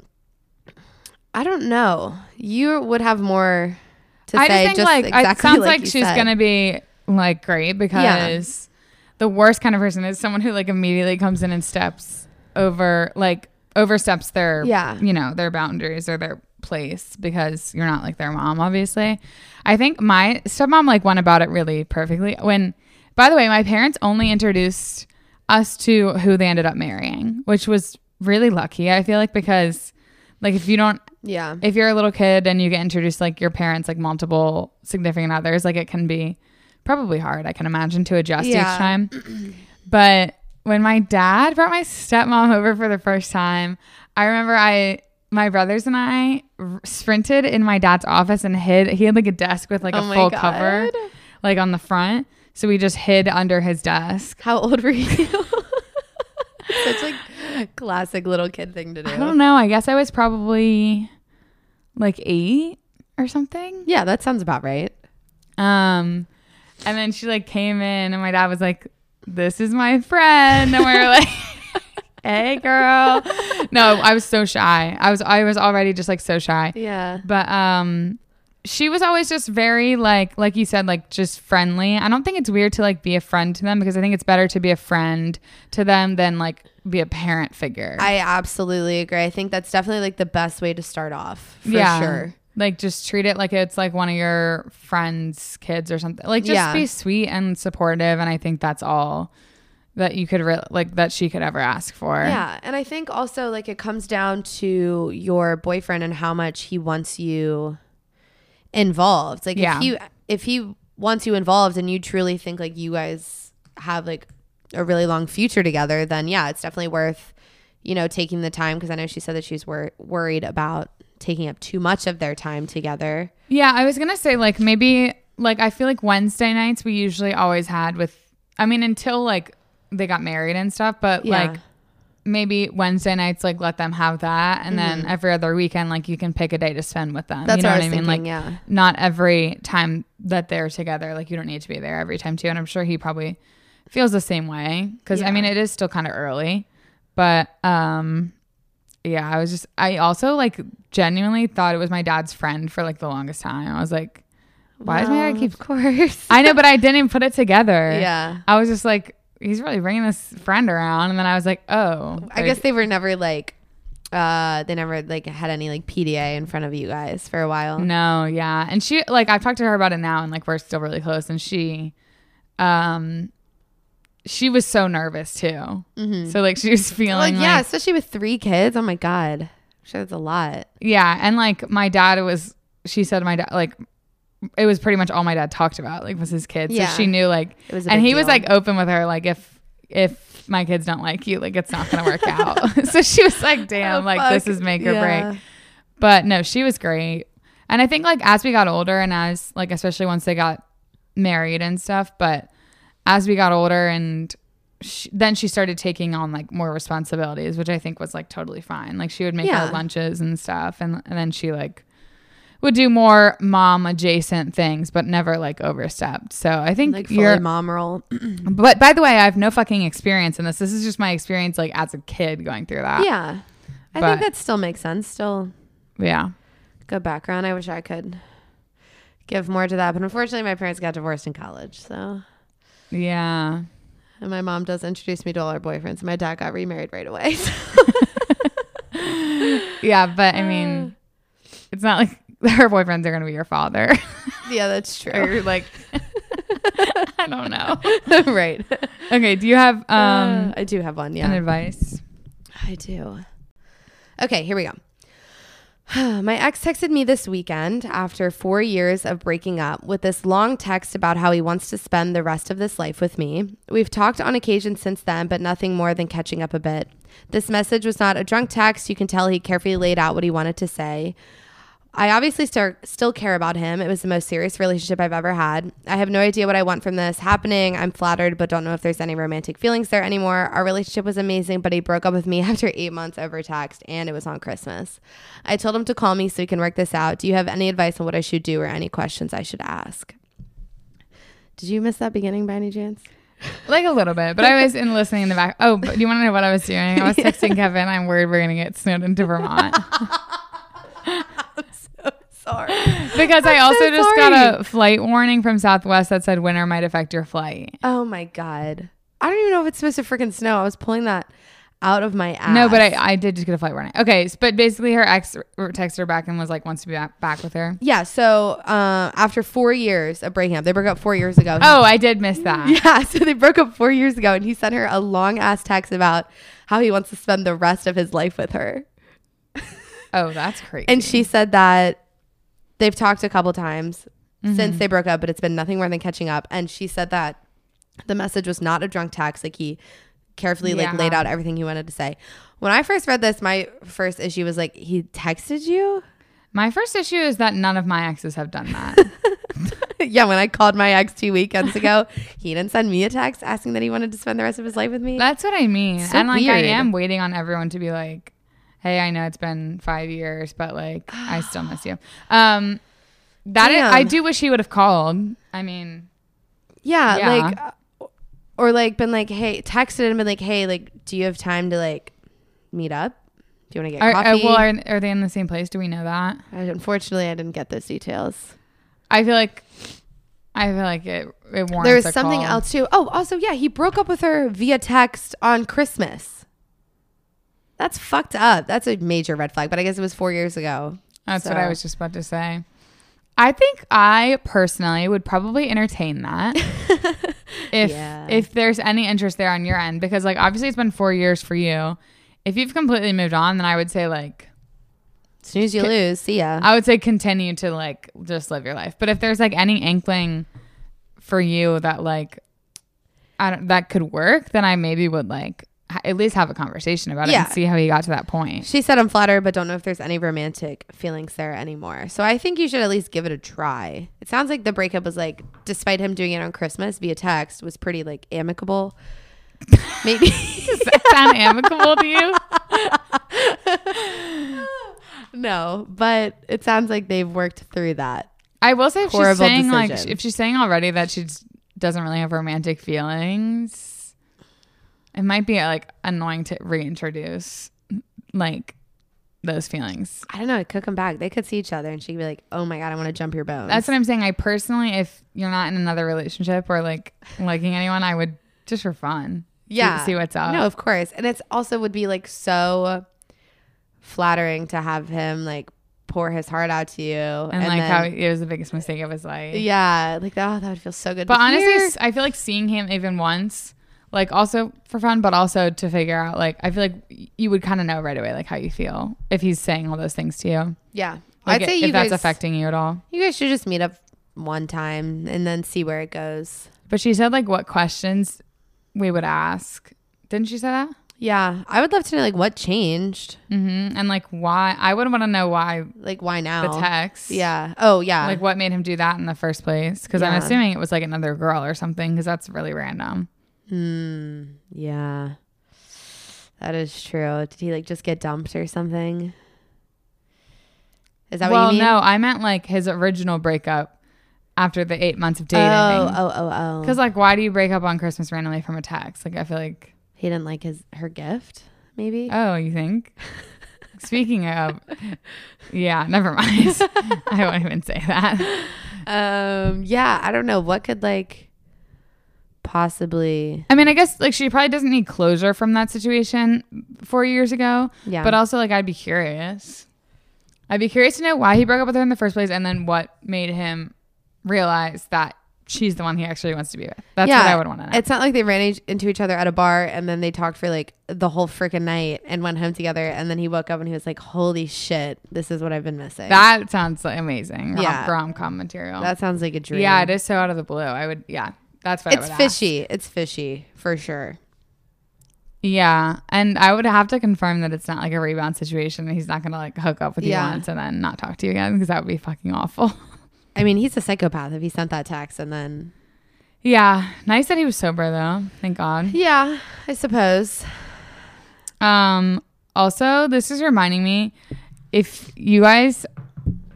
Speaker 2: I don't know. You would have more to
Speaker 1: I
Speaker 2: say
Speaker 1: just think like it sounds like, she's gonna be like great because the worst kind of person is someone who like immediately comes in and steps over like oversteps their
Speaker 2: Yeah.
Speaker 1: you know their boundaries or their place because you're not like their mom obviously. I think my stepmom like went about it really perfectly when by the way my parents only introduced us to who they ended up marrying which was really lucky I feel like because like if you don't
Speaker 2: Yeah.
Speaker 1: if you're a little kid and you get introduced to, like your parents like multiple significant others like it can be probably hard i can imagine to adjust
Speaker 2: Yeah.
Speaker 1: each time but when my dad brought my stepmom over for the first time i remember i my brothers and i r- sprinted in my dad's office and hid he had like a desk with like
Speaker 2: Oh
Speaker 1: a
Speaker 2: my
Speaker 1: full
Speaker 2: God.
Speaker 1: cover like on the front so we just hid under his desk
Speaker 2: How old were you? Such like classic little kid thing to do.
Speaker 1: i don't know i guess i was probably like eight or something
Speaker 2: Yeah, that sounds about right.
Speaker 1: Um, and then she like came in, and my dad was like, "This is my friend," and we were like, "Hey, girl." No, I was so shy. I was I was already just like so shy,
Speaker 2: Yeah.
Speaker 1: but um. She was always just very like like you said like just friendly. I don't think it's weird to like be a friend to them because I think it's better to be a friend to them than like be a parent figure.
Speaker 2: I absolutely agree. I think that's definitely like the best way to start off for sure.
Speaker 1: Like just treat it like it's like one of your friends' kids or something. Like just
Speaker 2: Yeah.
Speaker 1: be sweet and supportive, and I think that's all that you could re- like that she could ever ask for.
Speaker 2: Yeah. And I think also like it comes down to your boyfriend and how much he wants you involved. Like
Speaker 1: Yeah.
Speaker 2: if he if he wants you involved and you truly think like you guys have like a really long future together, then yeah, it's definitely worth, you know, taking the time because I know she said that she's wor- worried about taking up too much of their time together.
Speaker 1: Yeah, I was gonna say like maybe like I feel like Wednesday nights we usually always had with I mean until like they got married and stuff, but
Speaker 2: Yeah.
Speaker 1: like maybe Wednesday nights like let them have that and then every other weekend like you can pick a day to spend with them.
Speaker 2: Mm-hmm. That's
Speaker 1: you know
Speaker 2: what I
Speaker 1: what,
Speaker 2: was
Speaker 1: I mean?
Speaker 2: thinking,
Speaker 1: like
Speaker 2: yeah.
Speaker 1: not every time that they're together, like you don't need to be there every time too. And I'm sure he probably feels the same way. Cause
Speaker 2: Yeah.
Speaker 1: I mean it is still kinda early. But um yeah, I was just I also like genuinely thought it was my dad's friend for like the longest time. I was like, why does my
Speaker 2: Well,
Speaker 1: dad keep
Speaker 2: of course.
Speaker 1: I know, but I didn't even put it together.
Speaker 2: Um, yeah.
Speaker 1: I was just like, he's really bringing this friend around. And then I was like, oh.
Speaker 2: I guess they were never like uh they never like had any like PDA in front of you guys for a while.
Speaker 1: No, yeah. And she, like, I've talked to her about it now and, like, we're still really close. And she, um, she was so nervous too. So, like, she was
Speaker 2: Mm-hmm. Like
Speaker 1: feeling,
Speaker 2: yeah,
Speaker 1: like-
Speaker 2: especially with three kids. Oh my god. I'm sure that's a lot.
Speaker 1: yeah. And, like, my dad was, she said, my dad, like, it was pretty much all my dad talked about, like, was his kids.
Speaker 2: Yeah.
Speaker 1: So she knew, like,
Speaker 2: It was a
Speaker 1: and
Speaker 2: big
Speaker 1: he was
Speaker 2: deal.
Speaker 1: like open with her like if if my kids don't like you like it's not gonna work out so she was like damn
Speaker 2: Oh,
Speaker 1: like
Speaker 2: fuck.
Speaker 1: this is make or
Speaker 2: Yeah.
Speaker 1: break but no she was great and i think like as we got older and as like especially once they got married and stuff but as we got older and she, then she started taking on like more responsibilities which i think was like totally fine like she would make
Speaker 2: Yeah.
Speaker 1: our lunches and stuff and, and then she like would do more mom adjacent things but never like overstepped so i think
Speaker 2: Like fully
Speaker 1: you're
Speaker 2: mom roll.
Speaker 1: but by the way, I have no fucking experience in this. This is just my experience, like as a kid going through that.
Speaker 2: yeah. I
Speaker 1: But-
Speaker 2: think that still makes sense. Still
Speaker 1: Yeah.
Speaker 2: good background. I wish I could give more to that. But unfortunately my parents got divorced in college, so
Speaker 1: Yeah.
Speaker 2: and my mom does introduce me to all her boyfriends. My dad got remarried right away.
Speaker 1: Yeah. But I mean,
Speaker 2: Uh.
Speaker 1: it's not like her boyfriends are going to be your father.
Speaker 2: yeah, that's true.
Speaker 1: or like, I I don't know.
Speaker 2: right.
Speaker 1: Okay, do you have um
Speaker 2: Um, I do have one. Yeah.
Speaker 1: an advice?
Speaker 2: I do. Okay, here we go. My ex texted me this weekend after four years of breaking up with this long text about how he wants to spend the rest of this life with me. We've talked on occasion since then, but nothing more than catching up a bit. This message was not a drunk text. You can tell he carefully laid out what he wanted to say. I obviously star- still care about him. It was the most serious relationship I've ever had. I have no idea what I want from this happening. I'm flattered, but don't know if there's any romantic feelings there anymore. Our relationship was amazing, but he broke up with me after eight months over text, and it was on Christmas. I told him to call me so we can work this out. Do you have any advice on what I should do or any questions I should ask? Did you miss that beginning by any chance?
Speaker 1: Like a little bit, but I was in listening in the back. Oh, but do you want to know what I was doing? I was texting Kevin. I'm worried we're gonna get snowed into Vermont
Speaker 2: Sorry.
Speaker 1: because I also
Speaker 2: so
Speaker 1: just
Speaker 2: sorry.
Speaker 1: got a flight warning from Southwest that said winter might affect your flight.
Speaker 2: Oh my God. I don't even know if it's supposed to freaking snow. I was pulling that out of my ass.
Speaker 1: No, but I, I did just get a flight warning. Okay, s- but basically her ex r- texted her back and was like wants to be back, back with her.
Speaker 2: Yeah. So uh, after four years of breaking up, they broke up four years ago.
Speaker 1: Oh, I did miss that.
Speaker 2: Yeah. So they broke up four years ago, and he sent her a long ass text about how he wants to spend the rest of his life with her.
Speaker 1: Oh, that's crazy.
Speaker 2: And she said that they've talked a couple times
Speaker 1: Mm-hmm.
Speaker 2: since they broke up, but it's been nothing more than catching up. And she said that the message was not a drunk text. Like he carefully like
Speaker 1: Yeah.
Speaker 2: laid out everything he wanted to say. When I first read this, my first issue was like, he texted you?
Speaker 1: My first issue is that none of my exes have done that.
Speaker 2: yeah, when I called my ex two weekends ago, he didn't send me a text asking that he wanted to spend the rest of his life with me.
Speaker 1: That's what I mean.
Speaker 2: So
Speaker 1: and like I
Speaker 2: weird.
Speaker 1: am waiting on everyone to be like, "Hey, I know it's been 5 years, but like I still miss you." Um that is-
Speaker 2: Damn.
Speaker 1: I do wish he would have called. I mean,
Speaker 2: Yeah,
Speaker 1: Yeah.
Speaker 2: like, uh, or like been like, hey, texted and been like, hey, like, do you have time to like meet up? Do you want to get
Speaker 1: are, uh,
Speaker 2: coffee?
Speaker 1: well, are, are they in the same place? Do we know that?
Speaker 2: I- unfortunately, I didn't get those details.
Speaker 1: I feel like I feel like it it warrants
Speaker 2: There was
Speaker 1: a
Speaker 2: something
Speaker 1: call.
Speaker 2: else too. Oh, also, yeah, he broke up with her via text on Christmas. That's fucked up. That's a major red flag. But I guess it was four years ago.
Speaker 1: That's what I
Speaker 2: So-
Speaker 1: was just about to say. I think I personally would probably entertain that if
Speaker 2: Yeah.
Speaker 1: if there's any interest there on your end because like obviously it's been 4 years for you. If you've completely moved on, then I would say like
Speaker 2: Snooze, you lose. See ya.
Speaker 1: I would say continue to like just live your life. But if there's like any inkling for you that like I don't, that could work, then I maybe would like ha- at least have a conversation about it
Speaker 2: Yeah.
Speaker 1: and see how he got to that point.
Speaker 2: She said, I'm flattered, but don't know if there's any romantic feelings there anymore. So I think you should at least give it a try. It sounds like the breakup was like, despite him doing it on Christmas via text, was pretty like amicable. Maybe.
Speaker 1: Does that sound amicable to you?
Speaker 2: no, but it sounds like they've worked through that.
Speaker 1: I will say if she's
Speaker 2: Horrible
Speaker 1: saying like
Speaker 2: decision.
Speaker 1: if she's saying already that she just doesn't really have romantic feelings, it might be like annoying to reintroduce like those feelings.
Speaker 2: I don't know. Could come back. They could see each other and she could be like, oh my God, I want to jump your bones.
Speaker 1: That's what I'm saying. I personally, if you're not in another relationship or like liking anyone, I would just for fun. See-
Speaker 2: Yeah.
Speaker 1: See, what's up.
Speaker 2: No, of course. And it's also would be like so flattering to have him like pour his heart out to you. And,
Speaker 1: and, like how
Speaker 2: then-
Speaker 1: it was the biggest mistake of his life.
Speaker 2: Yeah, like oh, that would feel so good.
Speaker 1: But
Speaker 2: to
Speaker 1: honestly,
Speaker 2: hear.
Speaker 1: s- I feel like seeing him even once, like also for fun, but also to figure out, like, I feel like y- you would kind of know right away, like, how you feel if he's saying all those things to you.
Speaker 2: yeah,
Speaker 1: Like,
Speaker 2: I'd say
Speaker 1: if
Speaker 2: you
Speaker 1: that's
Speaker 2: guys,
Speaker 1: affecting you at all.
Speaker 2: you guys should just meet up one time and then see where it goes.
Speaker 1: But she said, like, what questions we would ask. Didn't she say that?
Speaker 2: Yeah, I would love to know like what changed,
Speaker 1: hmm And like, why? I would want to know why
Speaker 2: like why
Speaker 1: the
Speaker 2: now?
Speaker 1: text.
Speaker 2: Yeah. Oh yeah.
Speaker 1: Like, what made him do that in the first place? Because
Speaker 2: Yeah.
Speaker 1: I'm assuming it was like another girl or something, because that's really random.
Speaker 2: Hmm. yeah. That is true. Did he like just get dumped or something? Is that
Speaker 1: well,
Speaker 2: what you mean? Oh,
Speaker 1: no, I meant like his original breakup after the eight months of dating.
Speaker 2: Oh, oh, oh, oh.
Speaker 1: Because like, why do you break up on Christmas randomly from a text? Like, I feel like,
Speaker 2: He didn't like his her gift, maybe.
Speaker 1: oh, you think? Speaking of, yeah, never mind. I won't even say that.
Speaker 2: Um. Yeah. I don't know what could like possibly.
Speaker 1: I mean, I guess like she probably doesn't need closure from that situation four years ago,
Speaker 2: Yeah.
Speaker 1: but also like I'd be curious. I'd be curious to know why he broke up with her in the first place, and then what made him realize that she's the one he actually wants to be with. That's
Speaker 2: Yeah.
Speaker 1: what I would want to know.
Speaker 2: It's not like they ran each- into each other at a bar and then they talked for like the whole freaking night and went home together. And then he woke up and he was like, holy shit, this is what I've been missing.
Speaker 1: That sounds like amazing.
Speaker 2: Yeah.
Speaker 1: Yeah. Rom com material.
Speaker 2: that sounds like a dream.
Speaker 1: yeah, it is so out of the blue. I would, yeah, that's what I
Speaker 2: It's
Speaker 1: would ask.
Speaker 2: fishy. It's fishy for sure.
Speaker 1: Yeah, and I would have to confirm that it's not like a rebound situation. and He's not gonna like hook up with
Speaker 2: Yeah.
Speaker 1: you once and then not talk to you again because that would be fucking awful.
Speaker 2: I mean, he's a psychopath if he sent that text and then.
Speaker 1: yeah, nice that he was sober though. Thank God.
Speaker 2: Yeah, I suppose.
Speaker 1: Um, also, this is reminding me if you guys,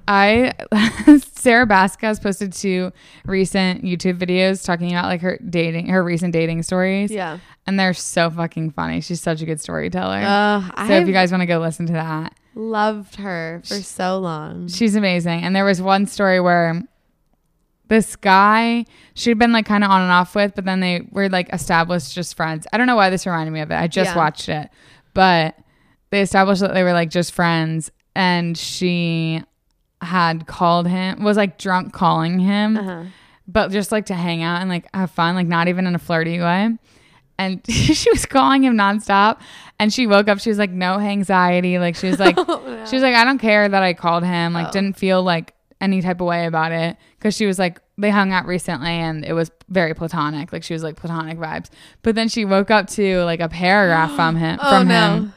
Speaker 1: I Sarah Bascas posted two recent YouTube videos talking about like her dating, her recent dating stories,
Speaker 2: Yeah.
Speaker 1: and they're so fucking funny. She's such a good storyteller.
Speaker 2: Uh,
Speaker 1: so if
Speaker 2: I've
Speaker 1: you guys want to go listen to that,
Speaker 2: loved her for so long.
Speaker 1: She's amazing. And there was one story where this guy she'd been like kind of on and off with, but then they were like established just friends. I don't know why this reminded me of it. I just
Speaker 2: Yeah.
Speaker 1: watched it, but they established that they were like just friends, and she had called him was like drunk calling him
Speaker 2: Uh-huh.
Speaker 1: but just like to hang out and like have fun like not even in a flirty way and she was calling him nonstop and she woke up she was like no anxiety like she was like
Speaker 2: Oh,
Speaker 1: she was like, I don't care that I called him. Like, didn't feel like any type of way about it because she was like, they hung out recently and it was very platonic. Like, she was like platonic vibes. But then she woke up to like a paragraph from him,
Speaker 2: Oh,
Speaker 1: from
Speaker 2: no.
Speaker 1: him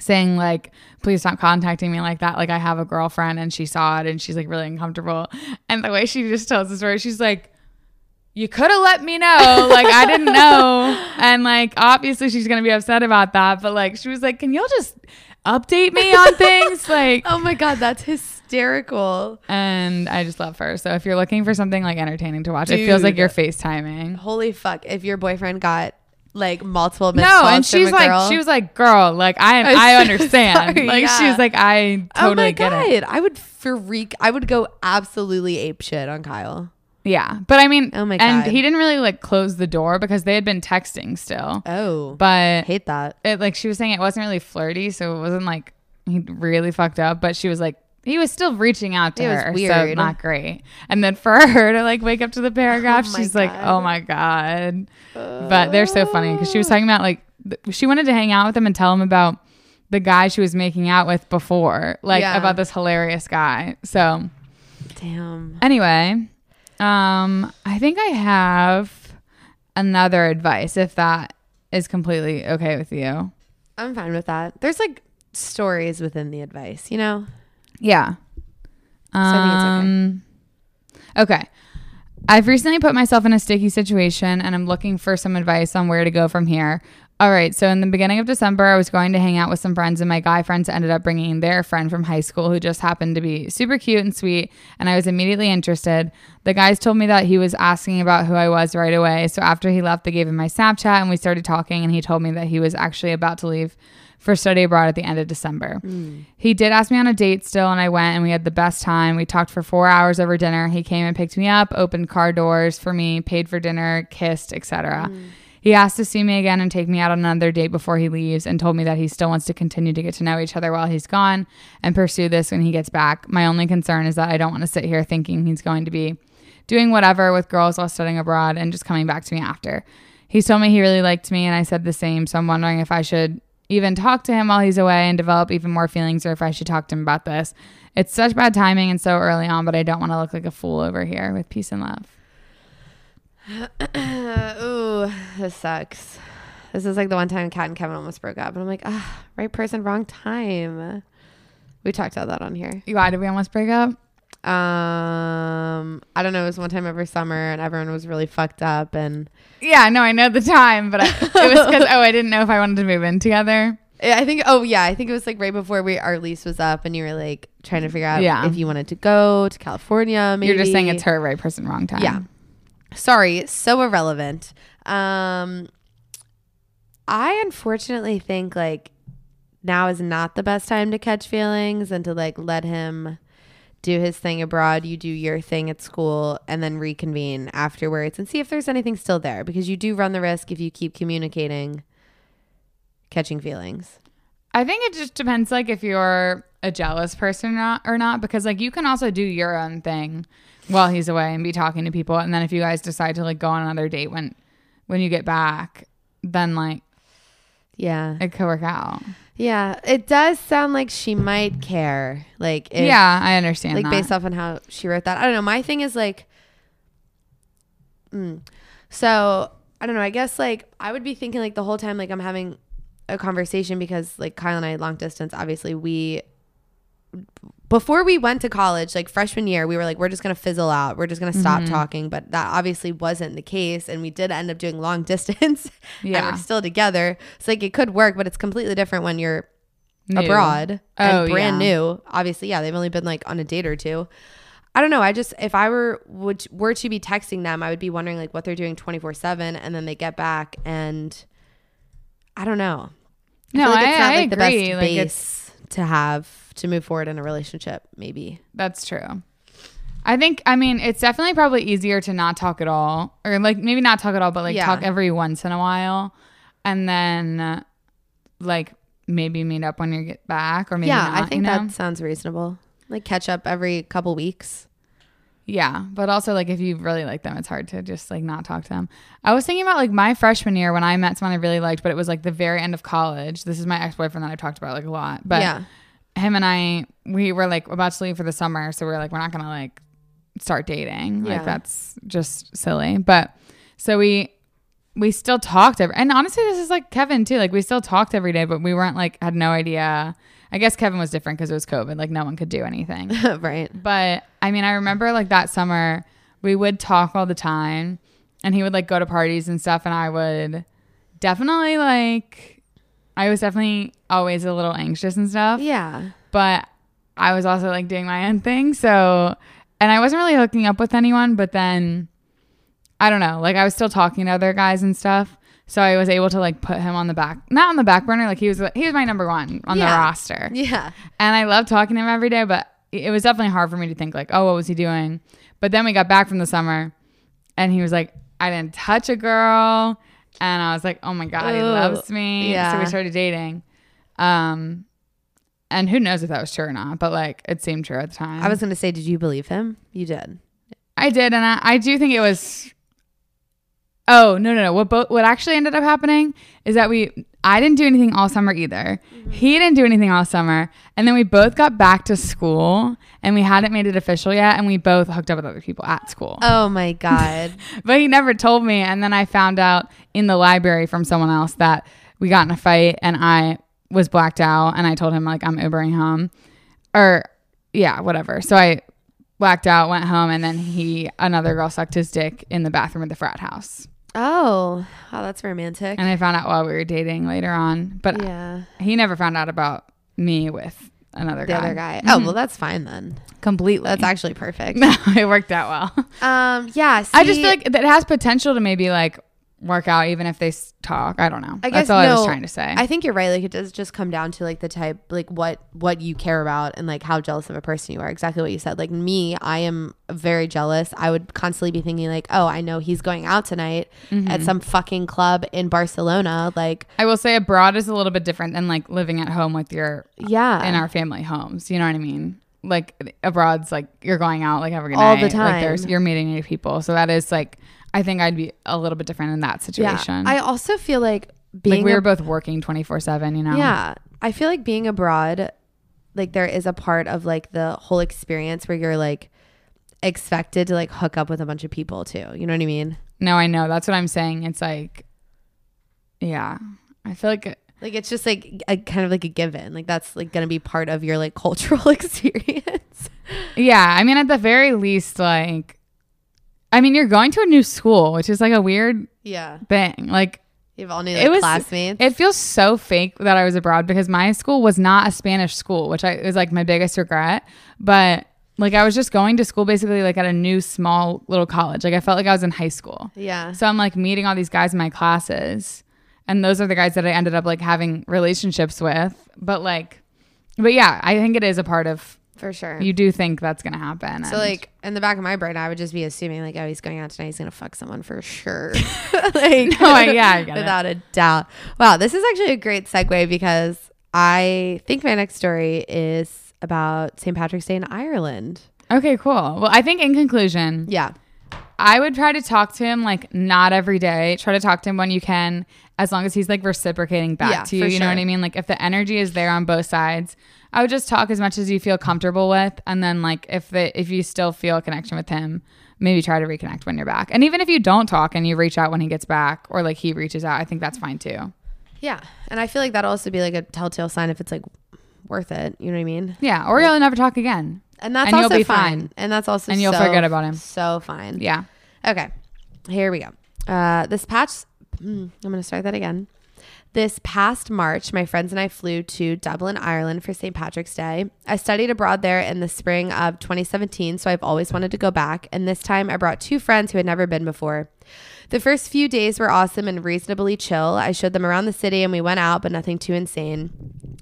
Speaker 1: saying like, please stop contacting me like that. Like, I have a girlfriend, and she saw it and she's like really uncomfortable. And the way she just tells the story, she's like. You could have let me know. Like, I didn't know. And, like, obviously, she's going to be upset about that. But, like, she was like, Can y'all just update me on things? Like,
Speaker 2: Oh my God, that's hysterical.
Speaker 1: and I just love her. So if you're looking for something like entertaining to watch, it
Speaker 2: Dude.
Speaker 1: feels like you're FaceTiming.
Speaker 2: Holy fuck. If your boyfriend got like multiple missed
Speaker 1: No,
Speaker 2: calls
Speaker 1: and
Speaker 2: from
Speaker 1: she's
Speaker 2: a
Speaker 1: like,
Speaker 2: girl-
Speaker 1: she was like, girl, like
Speaker 2: I'm
Speaker 1: I, I
Speaker 2: so
Speaker 1: understand.
Speaker 2: sorry,
Speaker 1: like
Speaker 2: yeah.
Speaker 1: she's like, I totally
Speaker 2: oh my
Speaker 1: get
Speaker 2: God.
Speaker 1: it.
Speaker 2: I would freak. I would go absolutely ape shit on Kyle.
Speaker 1: Yeah, but I mean,
Speaker 2: Oh my
Speaker 1: and
Speaker 2: God.
Speaker 1: he didn't really like close the door because they had been texting still,
Speaker 2: Oh,
Speaker 1: but
Speaker 2: hate that.
Speaker 1: it like she was saying it wasn't really flirty, so it wasn't like he really fucked up, but she was like. He was still reaching out to
Speaker 2: It was
Speaker 1: her, so
Speaker 2: weird.
Speaker 1: not great. And then for her to like wake up to the paragraph,
Speaker 2: my
Speaker 1: she's like,
Speaker 2: God.
Speaker 1: "Oh my god!" but they're so funny because she was talking about like th- she wanted to hang out with him and tell him about the guy she was making out with before, like
Speaker 2: Yeah.
Speaker 1: about this hilarious guy. So
Speaker 2: Damn.
Speaker 1: anyway, um, I think I have another advice if that is completely okay with you.
Speaker 2: I'm fine with that. There's like stories within the advice, you know?
Speaker 1: Yeah.
Speaker 2: I
Speaker 1: Um, okay. I've recently put myself in a sticky situation and I'm looking for some advice on where to go from here. All right, so in the beginning of December, I was going to hang out with some friends, and my guy friends ended up bringing their friend from high school who just happened to be super cute and sweet, and I was immediately interested. The guys told me that he was asking about who I was right away, so after he left, they gave him my Snapchat and we started talking, and he told me that he was actually about to leave for study abroad at the end of December. He did ask me on a date still, and I went and we had the best time. We talked for four hours over dinner. He came and picked me up, opened car doors for me, paid for dinner, kissed, etc. He asked to see me again and take me out on another date before he leaves, and told me that he still wants to continue to get to know each other while he's gone and pursue this when he gets back. My only concern is that I don't want to sit here thinking he's going to be doing whatever with girls while studying abroad and just coming back to me after. He told me he really liked me, and I said the same. So I'm wondering if I should even talk to him while he's away and develop even more feelings, or if I should talk to him about this. It's such bad timing and so early on, but I don't want to look like a fool over here with peace and love.
Speaker 2: Ooh, this sucks. This is like the one time Kat and Kevin almost broke up. And I'm like, ah, right person, wrong time. We talked about that on here.
Speaker 1: Why did we almost break up?
Speaker 2: Um, I don't know. It was one time every summer, and everyone was really fucked up. And
Speaker 1: Yeah, no, I know the time, but I, it was because oh, I didn't know if I wanted to move in together.
Speaker 2: I think, oh yeah, I think it was like right before we our lease was up, and you were like trying to figure out
Speaker 1: Yeah.
Speaker 2: if you wanted to go to California. Maybe
Speaker 1: You're just saying it's her right person, wrong time.
Speaker 2: Yeah. Sorry, so irrelevant. Um I unfortunately think like now is not the best time to catch feelings and to like let him do his thing abroad, you do your thing at school and then reconvene afterwards and see if there's anything still there because you do run the risk if you keep communicating catching feelings.
Speaker 1: I think it just depends, like, if you're a jealous person or not, or not, because like you can also do your own thing while he's away and be talking to people. And then if you guys decide to like go on another date when when you get back, then like
Speaker 2: Yeah.
Speaker 1: it could work out.
Speaker 2: Yeah. It does sound like she might care. Like, if,
Speaker 1: yeah, I understand.
Speaker 2: Like,
Speaker 1: that.
Speaker 2: based off on how she wrote that. I don't know. My thing is like, mm. so I don't know. I guess like I would be thinking like the whole time, like I'm having a conversation because like Kyle and I, long distance, obviously, we, before we went to college, like freshman year, we were like, we're just going to fizzle out. We're just going to stop talking. But that obviously wasn't the case. And we did end up doing long distance. And
Speaker 1: Yeah.
Speaker 2: we're still together. So, like, it could work, but it's completely different when you're
Speaker 1: New.
Speaker 2: abroad
Speaker 1: Oh,
Speaker 2: and brand
Speaker 1: yeah.
Speaker 2: new. Obviously, yeah, they've only been like on a date or two. I don't know. I just if I were would were to be texting them, I would be wondering like what they're doing twenty four seven, and then they get back, and I don't know. I
Speaker 1: No,
Speaker 2: feel like
Speaker 1: I,
Speaker 2: it's not
Speaker 1: I
Speaker 2: like
Speaker 1: agree.
Speaker 2: the best
Speaker 1: like it's
Speaker 2: base to have to move forward in a relationship. Maybe
Speaker 1: That's true. I think I mean it's definitely probably easier to not talk at all or like maybe not talk at all but like
Speaker 2: Yeah.
Speaker 1: talk every once in a while and then uh, like maybe meet up when you get back or maybe
Speaker 2: yeah,
Speaker 1: not,
Speaker 2: I think
Speaker 1: you know?
Speaker 2: that sounds reasonable. Like catch up every couple weeks.
Speaker 1: Yeah, but also like if you really like them, it's hard to just like not talk to them. I was thinking about like my freshman year when I met someone I really liked, but it was like the very end of college. This is my ex boyfriend that I've talked about like a lot, but
Speaker 2: yeah,
Speaker 1: him and I, we were like about to leave for the summer, so we were like, we're not gonna like start dating.
Speaker 2: Yeah.
Speaker 1: Like that's just silly. But so we we still talked every, and honestly, this is like Kevin too. Like we still talked every day, but we weren't like had no idea. I guess Kevin was different because it was COVID. Like no one could do anything.
Speaker 2: right.
Speaker 1: But I mean, I remember like that summer, we would talk all the time and he would like go to parties and stuff. And I would definitely like, I was definitely always a little anxious and stuff.
Speaker 2: Yeah,
Speaker 1: But I was also like doing my own thing. So, and I wasn't really hooking up with anyone. But then I don't know, like I was still talking to other guys and stuff. So I was able to like put him on the back, not on the back burner. Like he was, he was my number one on the
Speaker 2: Yeah.
Speaker 1: roster.
Speaker 2: yeah,
Speaker 1: And I love talking to him every day, but it was definitely hard for me to think like, oh, what was he doing? But then we got back from the summer and he was like, I didn't touch a girl. And I was like, oh my God, he
Speaker 2: Ooh,
Speaker 1: loves me. So
Speaker 2: yeah.
Speaker 1: we started dating. Um, and who knows if that was true or not, but like it seemed true at the time.
Speaker 2: I was gonna say, did you believe him? You did.
Speaker 1: I did, and I, I do think it was. Oh no no no! What both what actually ended up happening is that we I didn't do anything all summer either. He didn't do anything all summer, and then we both got back to school, and we hadn't made it official yet, and we both hooked up with other people at school.
Speaker 2: Oh my god.
Speaker 1: But he never told me, and then I found out in the library from someone else that we got in a fight, and I was blacked out, and I told him like I'm Ubering home, or yeah, whatever. So I blacked out, went home, and then he another girl sucked his dick in the bathroom of the frat house,
Speaker 2: Oh, wow, that's romantic.
Speaker 1: and I found out while we were dating later on, but
Speaker 2: yeah,
Speaker 1: he never found out about me with another
Speaker 2: the
Speaker 1: guy. Mm-hmm.
Speaker 2: other guy. Oh, well, that's fine then.
Speaker 1: completely.
Speaker 2: That's actually perfect.
Speaker 1: no, it worked out well.
Speaker 2: um, yeah,
Speaker 1: I just
Speaker 2: see,
Speaker 1: feel like that has potential to maybe like work out, even if they s- talk. I don't know.
Speaker 2: I guess
Speaker 1: That's all I was
Speaker 2: no,
Speaker 1: trying to say.
Speaker 2: I think you're right. Like, it does just come down to like the type, like what what you care about, and like how jealous of a person you are. Exactly what you said. Like me, I am very jealous. I would constantly be thinking like, oh, I know he's going out tonight
Speaker 1: Mm-hmm.
Speaker 2: at some fucking club in Barcelona. Like,
Speaker 1: I will say abroad is a little bit different than like living at home with your
Speaker 2: yeah,
Speaker 1: in our family homes. You know what I mean? Like abroad's like you're going out like every night
Speaker 2: All the
Speaker 1: Like
Speaker 2: time.
Speaker 1: there's you're meeting new people. So that is like I think I'd be a little bit different in that
Speaker 2: yeah.
Speaker 1: situation.
Speaker 2: I also feel like being
Speaker 1: like we
Speaker 2: a
Speaker 1: were both working twenty four seven. You know?
Speaker 2: Yeah. I feel like being abroad, like there is a part of like the whole experience where you're like expected to like hook up with a bunch of people too. You know what I mean?
Speaker 1: No, I know. That's what I'm saying. It's like, yeah. I feel like it-
Speaker 2: Like it's just like a kind of like a given. Like that's like gonna be part of your like cultural experience.
Speaker 1: Yeah, I mean, at the very least, like, I mean, you're going to a new school, which is like a weird
Speaker 2: Yeah.
Speaker 1: thing. Like,
Speaker 2: You have all new
Speaker 1: It
Speaker 2: like,
Speaker 1: was-
Speaker 2: classmates.
Speaker 1: it feels so fake that I was abroad because my school was not a Spanish school, which I is like my biggest regret. But like, I was just going to school basically like at a new small little college. Like, I felt like I was in high school.
Speaker 2: yeah.
Speaker 1: So I'm like meeting all these guys in my classes, and those are the guys that I ended up like having relationships with. But like, but yeah, I think it is a part of.
Speaker 2: For sure.
Speaker 1: You do think that's gonna happen.
Speaker 2: so
Speaker 1: and-
Speaker 2: like in the back of my brain, I would just be assuming like, oh, he's going out tonight. He's gonna fuck someone for sure. like,
Speaker 1: No, I- yeah, I get it.
Speaker 2: without a doubt. Wow, this is actually a great segue because I think my next story is about St. Patrick's Day in Ireland.
Speaker 1: Okay, cool. Well, I think in conclusion,
Speaker 2: Yeah.
Speaker 1: I would try to talk to him like not every day. Try to talk to him when you can, as long as he's like reciprocating back
Speaker 2: Yeah,
Speaker 1: to you.
Speaker 2: for
Speaker 1: You know what
Speaker 2: sure.
Speaker 1: I mean? Like if the energy is there on both sides, I would just talk as much as you feel comfortable with, and then like if the if you still feel a connection with him, maybe try to reconnect when you're back. And even if you don't talk and you reach out when he gets back, or like he reaches out, I think that's fine too.
Speaker 2: Yeah. And I feel like that'll also be like a telltale sign if it's like worth it. You know what I mean?
Speaker 1: Yeah, or you'll never talk again.
Speaker 2: And that's
Speaker 1: And you'll
Speaker 2: also
Speaker 1: be
Speaker 2: fine.
Speaker 1: fine.
Speaker 2: And that's also
Speaker 1: And you'll
Speaker 2: so-
Speaker 1: forget about him.
Speaker 2: So fine.
Speaker 1: Yeah.
Speaker 2: Okay. Here we go. Uh, this past, mm, I'm going to start that again. This past March, my friends and I flew to Dublin, Ireland for St. Patrick's Day. I studied abroad there in the spring of 2017, so I've always wanted to go back. And this time I brought two friends who had never been before. The first few days were awesome and reasonably chill. I showed them around the city and we went out, but nothing too insane.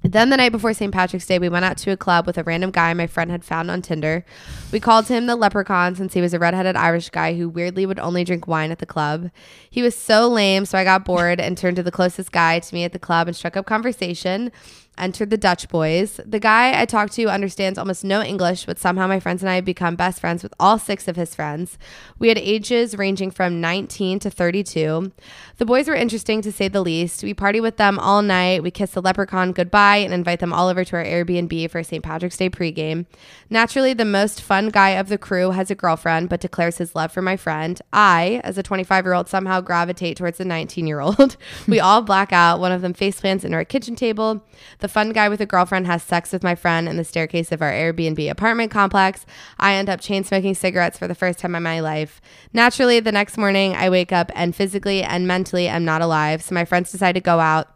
Speaker 2: Then the night before St. Patrick's Day, we went out to a club with a random guy my friend had found on Tinder. We called him the leprechaun since he was a redheaded Irish guy who weirdly would only drink wine at the club. He was so lame, so I got bored and turned to the closest guy to me at the club and struck up conversation. Entered the Dutch boys. The guy I talked to understands almost no English, but somehow my friends and I have become best friends with all six of his friends. We had ages ranging from 19 to 32. The boys were interesting to say the least. We party with them all night. We kiss the leprechaun goodbye and invite them all over to our Airbnb for St. Patrick's Day pregame. Naturally, the most fun guy of the crew has a girlfriend, but declares his love for my friend. I, as a 25 year old, somehow gravitate towards the 19 year old. we all black out. One of them face plants into our kitchen table. The fun guy with a girlfriend has sex with my friend in the staircase of our Airbnb apartment complex. I end up chain smoking cigarettes for the first time in my life. Naturally, the next morning, I wake up and physically and mentally am not alive. So my friends decide to go out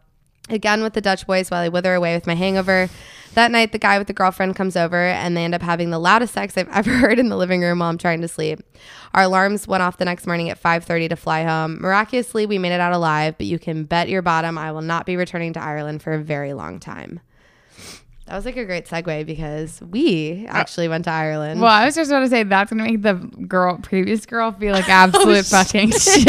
Speaker 2: again with the Dutch boys while I wither away with my hangover. That night, the guy with the girlfriend comes over and they end up having the loudest sex I've ever heard in the living room while I'm trying to sleep. Our alarms went off the next morning at 5:30 to fly home. Miraculously, we made it out alive, but you can bet your bottom I will not be returning to Ireland for a very long time. That was like a great segue because we actually went to Ireland.
Speaker 1: Uh, Well, I was just about to say that's gonna make the girl previous girl feel like absolute fucking Oh, shit.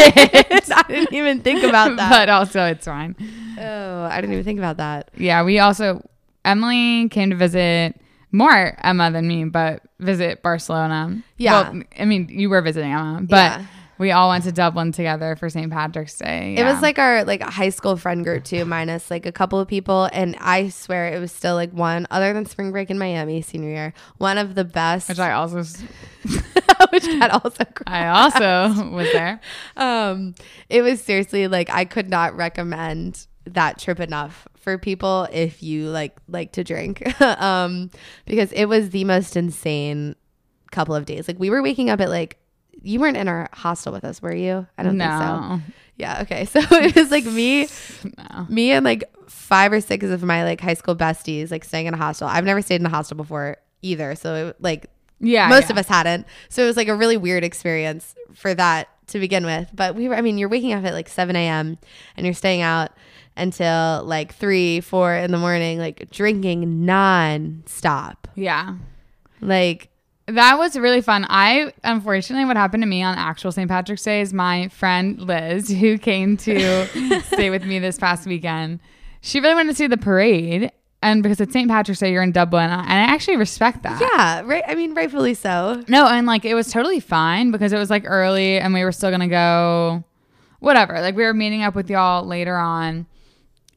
Speaker 2: I didn't even think about that.
Speaker 1: but also it's fine.
Speaker 2: oh, I didn't even think about that.
Speaker 1: Yeah, we also Emily came to visit more Emma than me, but visit Barcelona.
Speaker 2: Yeah.
Speaker 1: Well, I mean you were visiting Emma, but
Speaker 2: Yeah.
Speaker 1: we all went to Dublin together for St. Patrick's Day.
Speaker 2: It
Speaker 1: Yeah.
Speaker 2: was like our like high school friend group too, minus like a couple of people, and I swear it was still like one other than spring break in Miami senior year, one of the best,
Speaker 1: which I also s-
Speaker 2: which had also.
Speaker 1: I also was there.
Speaker 2: Um, it was seriously like I could not recommend that trip enough for people if you like like to drink, um, because it was the most insane couple of days. Like we were waking up at like you weren't in our hostel with us, were you? I don't think so.
Speaker 1: No.
Speaker 2: Yeah. Okay. So it was like me,
Speaker 1: No.
Speaker 2: me and like five or six of my like high school besties like staying in a hostel. I've never stayed in a hostel before either, so it, like
Speaker 1: Yeah.
Speaker 2: most
Speaker 1: yeah.
Speaker 2: of us hadn't. So it was like a really weird experience for that to begin with. But we were, I mean, you're waking up at like 7 a.m. and you're staying out until like three, four in the morning, like drinking nonstop.
Speaker 1: Yeah.
Speaker 2: Like
Speaker 1: That was really fun. I unfortunately, what happened to me on actual St. Patrick's Day is my friend Liz, who came to stay with me this past weekend, she really wanted to see the parade. And because it's St. Patrick's Day, you're in Dublin, and I actually respect that.
Speaker 2: yeah, right. I mean, rightfully so.
Speaker 1: No, and like it was totally fine because it was like early, and we were still gonna go, whatever. Like we were meeting up with y'all later on,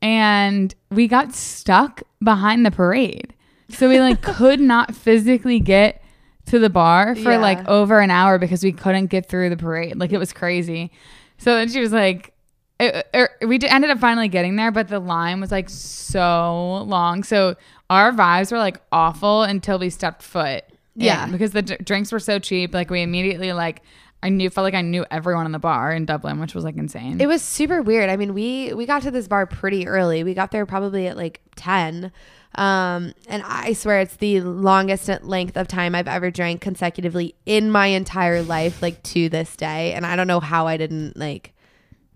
Speaker 1: and we got stuck behind the parade, so we like could not physically get to the bar for
Speaker 2: Yeah.
Speaker 1: like over an hour because we couldn't get through the parade. Like it was crazy. So then she was like, it, er, we did, ended up finally getting there, but the line was like so long. So our vibes were like awful until we stepped foot. in
Speaker 2: Yeah.
Speaker 1: because the d- drinks were so cheap. Like we immediately like I knew felt like I knew everyone in the bar in Dublin, which was like insane.
Speaker 2: It was super weird. I mean, we we got to this bar pretty early. We got there probably at like 10. Um, and I swear it's the longest length of time I've ever drank consecutively in my entire life, like to this day. And I don't know how I didn't like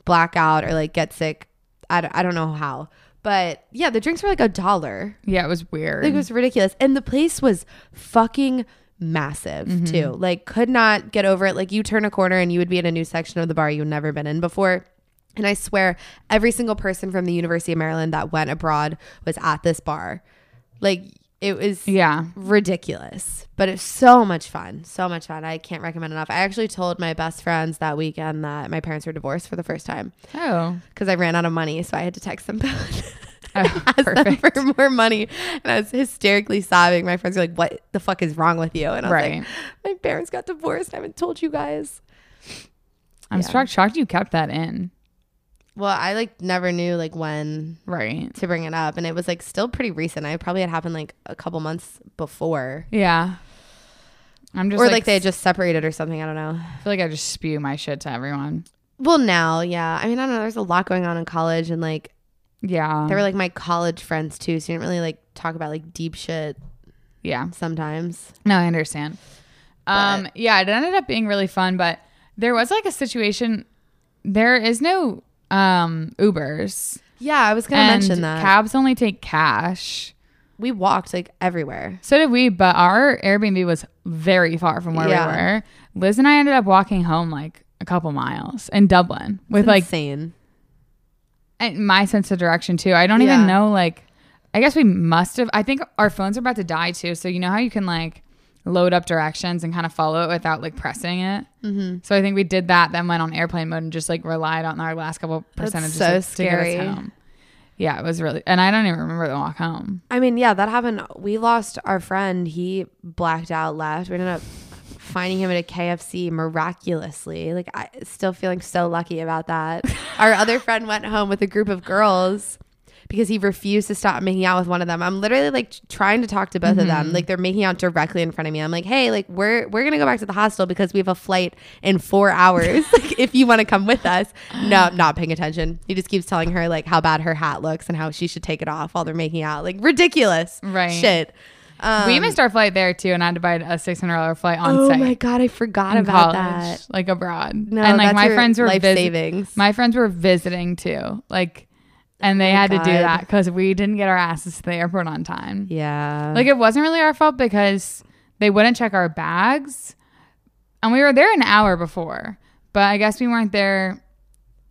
Speaker 2: black out or like get sick. I don't, I don't know how. But yeah, the drinks were like a dollar.
Speaker 1: yeah, it was weird.
Speaker 2: Like it was ridiculous. And the place was fucking massive too. Like could not get over it. Like you turn a corner and you would be in a new section of the bar you've never been in before. And I swear every single person from the University of Maryland that went abroad was at this bar. Like It was
Speaker 1: Yeah.
Speaker 2: ridiculous, but it's so much fun. So much fun. I can't recommend enough. I actually told my best friends that weekend that my parents were divorced for the first time
Speaker 1: Oh.
Speaker 2: because I ran out of money, so I had to text them both.
Speaker 1: Oh,
Speaker 2: ask them
Speaker 1: perfect.
Speaker 2: for more money, and I was hysterically sobbing. My friends were like, "What the fuck is wrong with you?" And I was
Speaker 1: Right.
Speaker 2: like, "My parents got divorced. I haven't told you guys."
Speaker 1: I'm
Speaker 2: Yeah.
Speaker 1: struck shocked you kept that in.
Speaker 2: Well, I like never knew like when
Speaker 1: Right.
Speaker 2: to bring it up, and it was like still pretty recent. I probably had happened like a couple months before,
Speaker 1: Yeah. I'm just
Speaker 2: or like,
Speaker 1: like,
Speaker 2: they had just separated or something. I don't know.
Speaker 1: I feel like I just spew my shit to everyone.
Speaker 2: Well, now, yeah. I mean, I don't know. There's a lot going on in college, and like
Speaker 1: Yeah.
Speaker 2: they were like my college friends too, so you didn't really like talk about like deep shit
Speaker 1: yeah.
Speaker 2: sometimes.
Speaker 1: No, I understand. Um, yeah, it ended up being really fun, but there was like a situation. There is no um Ubers.
Speaker 2: Yeah, I was gonna
Speaker 1: and
Speaker 2: mention that
Speaker 1: Cabs only take cash.
Speaker 2: we walked like everywhere.
Speaker 1: So did we, but our Airbnb was very far from where
Speaker 2: Yeah.
Speaker 1: we were. Liz and I ended up walking home like a couple miles in Dublin with like
Speaker 2: insane.
Speaker 1: and my sense of direction too. I don't even
Speaker 2: Yeah.
Speaker 1: know like I guess we must have I think our phones are about to die too. So you know how you can like load up directions and kind of follow it without like pressing it. Mm-hmm. So I think we did that, then went on airplane mode and just like relied on our last couple percentages
Speaker 2: so
Speaker 1: like, to get us
Speaker 2: scary.
Speaker 1: home. Yeah, it was really, and I don't even remember the walk home.
Speaker 2: I mean, yeah, that happened. We lost our friend. He blacked out, left. We ended up finding him at a KFC miraculously. Like, I still feeling so lucky about that. our other friend went home with a group of girls because he refused to stop making out with one of them. I'm literally like trying to talk to both of
Speaker 1: Mm-hmm.
Speaker 2: them. Like, they're making out directly in front of me. I'm like, hey, like we're we're gonna go back to the hostel because we have a flight in four hours. like, if you want to come with us, no, I'm not paying attention. He just keeps telling her like how bad her hat looks and how she should take it off while they're making out. Like, ridiculous,
Speaker 1: Right.
Speaker 2: Shit. Um,
Speaker 1: we missed our flight there too, and I had to buy a six hundred dollar flight on
Speaker 2: oh
Speaker 1: site
Speaker 2: my god, I forgot
Speaker 1: in
Speaker 2: about
Speaker 1: college,
Speaker 2: that.
Speaker 1: like abroad.
Speaker 2: No,
Speaker 1: and like
Speaker 2: that's
Speaker 1: my
Speaker 2: your
Speaker 1: friends were
Speaker 2: life
Speaker 1: visi-
Speaker 2: savings.
Speaker 1: My friends were visiting too, like, and they
Speaker 2: Oh my
Speaker 1: had to do
Speaker 2: God.
Speaker 1: that because we didn't get our asses to the airport on time.
Speaker 2: yeah,
Speaker 1: Like it wasn't really our fault because they wouldn't check our bags, and we were there an hour before. But I guess we weren't there.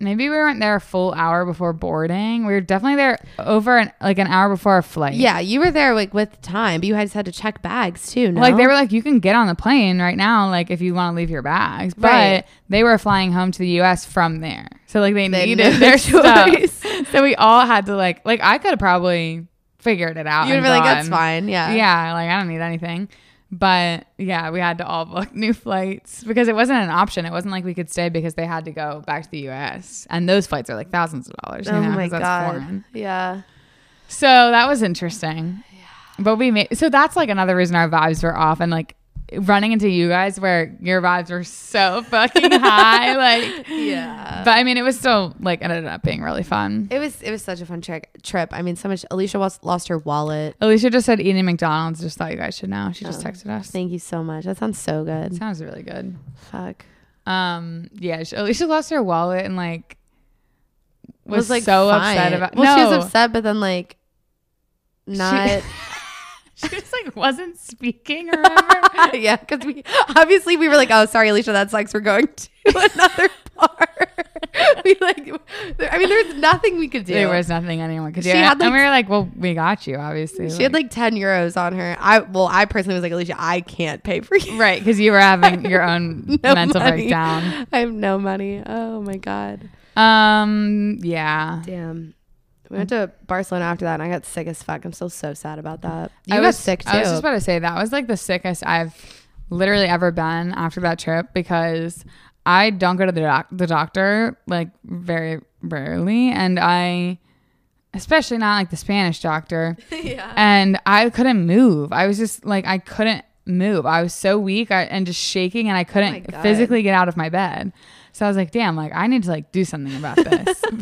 Speaker 1: Maybe we weren't there a full hour before boarding. We were definitely there over an, like an hour before our flight.
Speaker 2: yeah, you were there like with time, but you guys had to check bags too. No?
Speaker 1: Like they were like, you can get on the plane right now, like if you want to leave your bags. But
Speaker 2: Right.
Speaker 1: they were flying home to the U.S. from there, so like they,
Speaker 2: They had
Speaker 1: needed
Speaker 2: no
Speaker 1: their
Speaker 2: choice.
Speaker 1: stuff. So we all had to like, like I could have probably figured it out.
Speaker 2: you were
Speaker 1: and
Speaker 2: like, that's
Speaker 1: gone.
Speaker 2: fine. Yeah,
Speaker 1: Yeah, like I don't need anything. But yeah, we had to all book new flights because it wasn't an option. It wasn't like we could stay because they had to go back to the U.S. and those flights are like thousands of dollars. you
Speaker 2: Oh
Speaker 1: know, 'cause
Speaker 2: my
Speaker 1: that's
Speaker 2: god.
Speaker 1: foreign.
Speaker 2: Yeah.
Speaker 1: So that was interesting. But we made so that's like another reason our vibes were off and like running into you guys where your vibes were so fucking high. Like
Speaker 2: Yeah.
Speaker 1: But I mean it was still like ended up being really fun.
Speaker 2: It was it was such a fun trick, trip. I mean, so much. Alicia was, lost her wallet.
Speaker 1: Alicia just said eating McDonald's, just thought you guys should know. She just
Speaker 2: Oh.
Speaker 1: texted us.
Speaker 2: Thank you so much. That sounds so good.
Speaker 1: Sounds really good.
Speaker 2: Fuck.
Speaker 1: Um yeah, she, Alicia lost her wallet and like was,
Speaker 2: like
Speaker 1: so upset
Speaker 2: fine.
Speaker 1: about
Speaker 2: Well,
Speaker 1: no.
Speaker 2: she was upset, but then like not.
Speaker 1: She just like wasn't speaking or whatever.
Speaker 2: yeah, because we obviously we were like, oh, sorry, Alicia, that sucks. We're going to another bar. we like, there, I mean, there was nothing we could do.
Speaker 1: There was nothing anyone could do.
Speaker 2: She had,
Speaker 1: and
Speaker 2: like-
Speaker 1: we were like, well, we got you, obviously.
Speaker 2: she had like ten euros on her. I well, I personally was like, Alicia, I can't pay for you.
Speaker 1: Right, because you were having your own
Speaker 2: No
Speaker 1: mental
Speaker 2: money.
Speaker 1: breakdown.
Speaker 2: I have no money. Oh my god.
Speaker 1: Um, yeah.
Speaker 2: Damn. We went to Barcelona after that, and I got sick as fuck. I'm still so sad about that. You
Speaker 1: I
Speaker 2: got
Speaker 1: was
Speaker 2: sick too.
Speaker 1: I was just about to say that was like the sickest I've literally ever been after that trip because I don't go to the doc- the doctor like very rarely, and I especially not like the Spanish doctor.
Speaker 2: yeah.
Speaker 1: and I couldn't move. I was just like I couldn't move. I was so weak I, and just shaking, and I couldn't
Speaker 2: Oh God.
Speaker 1: physically get out of my bed. So I was like, "Damn! Like I need to like do something about this."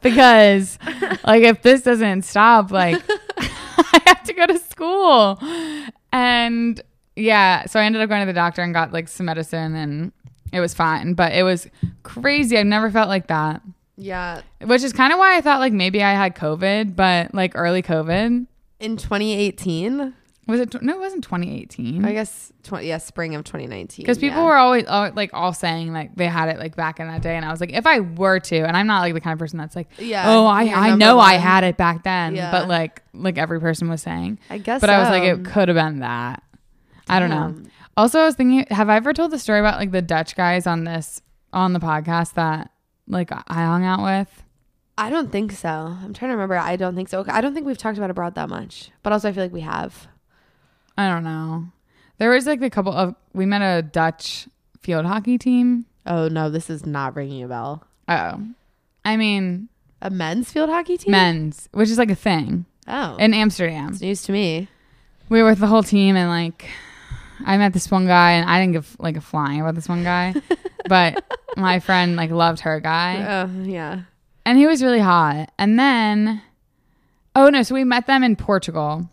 Speaker 1: because like if this doesn't stop like i have to go to school and yeah so i ended up going to the doctor and got like some medicine and it was fine but it was crazy i've never felt like that
Speaker 2: Yeah.
Speaker 1: which is kind of why I thought like maybe I had COVID, but like early COVID.
Speaker 2: In 2018.
Speaker 1: Was it tw- no? It wasn't 2018.
Speaker 2: I guess 20, yeah, spring of 2019.
Speaker 1: Because people
Speaker 2: yeah.
Speaker 1: were always all, like all saying like they had it like back in that day, and I was like, if I were to, and I'm not like the kind of person that's like,
Speaker 2: Yeah,
Speaker 1: oh, I
Speaker 2: you're
Speaker 1: I
Speaker 2: number
Speaker 1: know I
Speaker 2: one.
Speaker 1: had it back then,
Speaker 2: Yeah.
Speaker 1: but like like every person was saying,
Speaker 2: I guess.
Speaker 1: but I was like,
Speaker 2: so.
Speaker 1: it could have been that. I don't know.
Speaker 2: Damn.
Speaker 1: Also, I was thinking, have I ever told the story about like the Dutch guys on this on the podcast that like I hung out with?
Speaker 2: I don't think so. I'm trying to remember. I don't think so. I don't think we've talked about abroad that much, but also I feel like we have.
Speaker 1: I don't know. There was like a couple of we met a Dutch field hockey team.
Speaker 2: Oh no, this is not ringing a bell.
Speaker 1: Oh, I mean
Speaker 2: A men's field hockey team.
Speaker 1: men's, which is like a thing
Speaker 2: Oh,
Speaker 1: in Amsterdam.
Speaker 2: it's news to me.
Speaker 1: we were with the whole team and like I met this one guy and I didn't give like a flying about this one guy, but my friend like loved her guy
Speaker 2: Oh yeah.
Speaker 1: and he was really hot. And then oh no, so we met them in Portugal.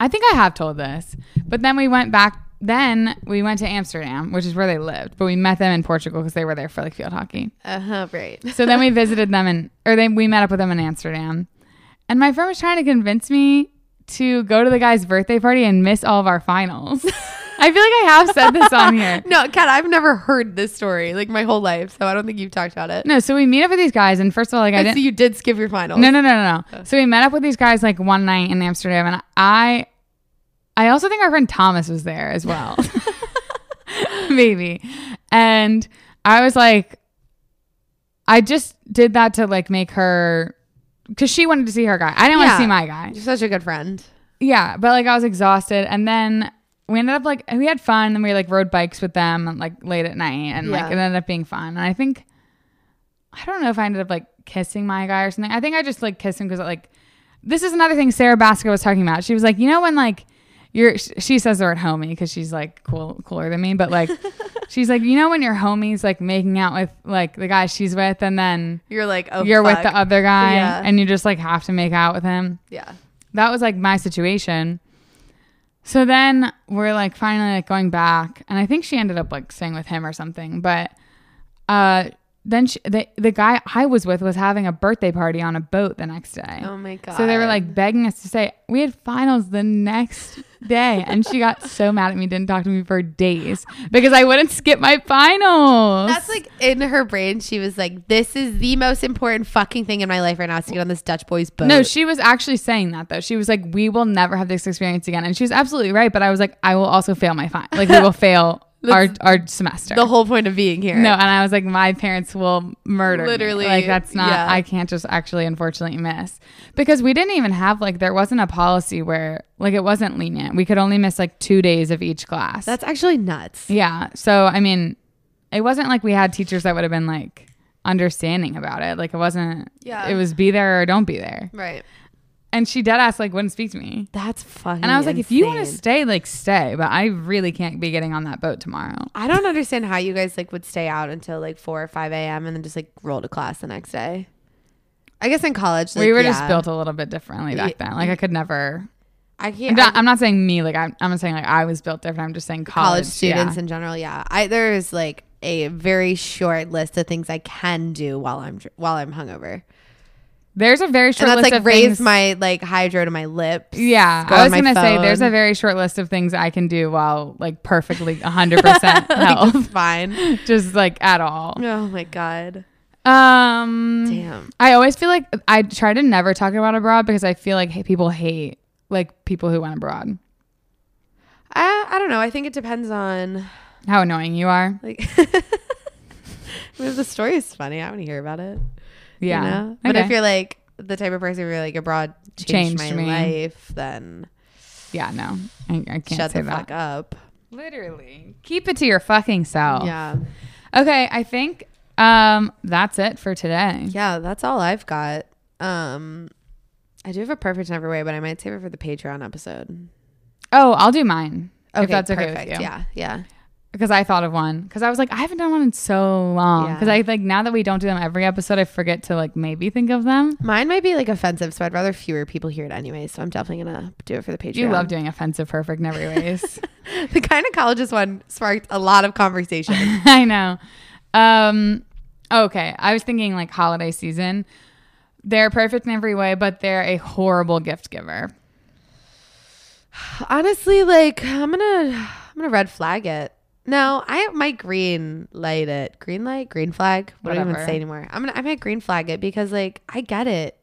Speaker 1: I think I have told this, but then we went back. Then we went to Amsterdam, which is where they lived, but we met them in Portugal because they were there for like field hockey.
Speaker 2: Uh huh. Right.
Speaker 1: So then we visited them in, or then we met up with them in Amsterdam. And my friend was trying to convince me to go to the guy's birthday party and miss all of our finals. I feel like I have said this on here.
Speaker 2: No, Kat, I've never heard this story like my whole life, so I don't think you've talked about it.
Speaker 1: No, so we meet up with these guys, and first of all, like I
Speaker 2: I see
Speaker 1: didn't.
Speaker 2: you did skip your finals.
Speaker 1: No, no, no, no, no. So we met up with these guys like one night in Amsterdam, and I, I also think our friend Thomas was there as well, maybe. And I was like, I just did that to like make her, because she wanted to see her guy. I didn't want
Speaker 2: Yeah.
Speaker 1: to see my guy.
Speaker 2: You're such a good friend.
Speaker 1: Yeah, but like I was exhausted, and then we ended up like we had fun, and we like rode bikes with them like late at night, and
Speaker 2: Yeah.
Speaker 1: like it ended up being fun. And I think I don't know if I ended up like kissing my guy or something. I think I just like kissed him because like this is another thing Sarah Basker was talking about. She was like, you know, when like you're sh- she says the word homie because she's like cool cooler than me, but like she's like, you know, when your homie's like making out with like the guy she's with, and then
Speaker 2: You're like, oh,
Speaker 1: you're
Speaker 2: fuck.
Speaker 1: with the other guy,
Speaker 2: Yeah.
Speaker 1: and you just like have to make out with him
Speaker 2: yeah.
Speaker 1: that was like my situation. So then we're like finally like going back, and I think she ended up like staying with him or something. But uh, then she, the the guy I was with was having a birthday party on a boat the next day.
Speaker 2: Oh my god.
Speaker 1: so they were like begging us to stay. We had finals the next day, and she got so mad at me, didn't talk to me for days because I wouldn't skip my finals.
Speaker 2: That's like in her brain. She was like, "This is the most important fucking thing in my life right now is to get on this Dutch boys boat."
Speaker 1: No, she was actually saying that though. She was like, "We will never have this experience again," and she was absolutely right. But I was like, "I will also fail my fine. Like, we will fail our our semester."
Speaker 2: the whole point of being here.
Speaker 1: no, and I was like, "My parents will murder." me.
Speaker 2: Literally,
Speaker 1: like that's not.
Speaker 2: yeah.
Speaker 1: I can't just actually, unfortunately, miss because we didn't even have like there wasn't a policy where like it wasn't lenient. We could only miss like two days of each class.
Speaker 2: that's actually nuts.
Speaker 1: yeah. So I mean, it wasn't like we had teachers that would have been like understanding about it. Like it wasn't.
Speaker 2: Yeah.
Speaker 1: It was be there or don't be there
Speaker 2: Right.
Speaker 1: and she dead ass like wouldn't speak to me.
Speaker 2: That's fucking.
Speaker 1: And I was like, if you want to
Speaker 2: insane.
Speaker 1: stay, like stay, but I really can't be getting on that boat tomorrow.
Speaker 2: I don't understand how you guys like would stay out until like four or five a.m. and then just like roll to class the next day. I guess in college like,
Speaker 1: we were
Speaker 2: yeah.
Speaker 1: just built a little bit differently back then. Like I could never.
Speaker 2: I
Speaker 1: I'm
Speaker 2: can't.
Speaker 1: not, I'm not saying me. Like I'm, I'm not saying like I was built different. I'm just saying college,
Speaker 2: college students
Speaker 1: Yeah.
Speaker 2: in general. Yeah, I there is like a very short list of things I can do while I'm dr- while I'm hungover,
Speaker 1: There's a very short
Speaker 2: and that's
Speaker 1: list
Speaker 2: like
Speaker 1: of
Speaker 2: raise
Speaker 1: things.
Speaker 2: my like hydro to my lips.
Speaker 1: yeah,
Speaker 2: go
Speaker 1: I
Speaker 2: on
Speaker 1: was
Speaker 2: my
Speaker 1: gonna say there's a
Speaker 2: phone.
Speaker 1: very short list of things I can do while like perfectly 100 percent health,
Speaker 2: fine.
Speaker 1: just like at all.
Speaker 2: Oh my god,
Speaker 1: Um,
Speaker 2: damn.
Speaker 1: I always feel like I try to never talk about abroad because I feel like people hate like people who went abroad.
Speaker 2: I I don't know. I think it depends on
Speaker 1: How annoying you are.
Speaker 2: like. I mean, if the story is funny, I want to hear about it. you
Speaker 1: Yeah.
Speaker 2: know? But if
Speaker 1: Okay.
Speaker 2: you're like the type of person who like abroad changed,
Speaker 1: Changed
Speaker 2: my
Speaker 1: me.
Speaker 2: life, then
Speaker 1: yeah, no. I, I can't
Speaker 2: shut
Speaker 1: say
Speaker 2: the
Speaker 1: that.
Speaker 2: fuck up.
Speaker 1: Literally. Keep it to your fucking self.
Speaker 2: Yeah.
Speaker 1: Okay, I think um that's it for today.
Speaker 2: Yeah, that's all I've got. Um I do have a perfect in every way, but I might save it for the Patreon episode.
Speaker 1: Oh, I'll do mine.
Speaker 2: Okay,
Speaker 1: if that's okay
Speaker 2: perfect.
Speaker 1: with you.
Speaker 2: Yeah, yeah.
Speaker 1: Because I thought of one. Because I was like, I haven't done one in so long.
Speaker 2: Yeah.
Speaker 1: Because I like now that we don't do them every episode, I forget to like maybe think of them.
Speaker 2: Mine might be like offensive, so I'd rather fewer people hear it anyway. So I'm definitely gonna do it for the Patreon.
Speaker 1: You love doing offensive perfect in every ways.
Speaker 2: the gynecologist one sparked a lot of conversation.
Speaker 1: I know. Um, okay, I was thinking like holiday season. They're perfect in every way, but they're a horrible gift giver.
Speaker 2: Honestly, like I'm gonna I'm gonna red flag it. No, I might green light it. Green light, green flag. What do I even
Speaker 1: Whatever.
Speaker 2: say anymore? I'm gonna I might green flag it because like I get it.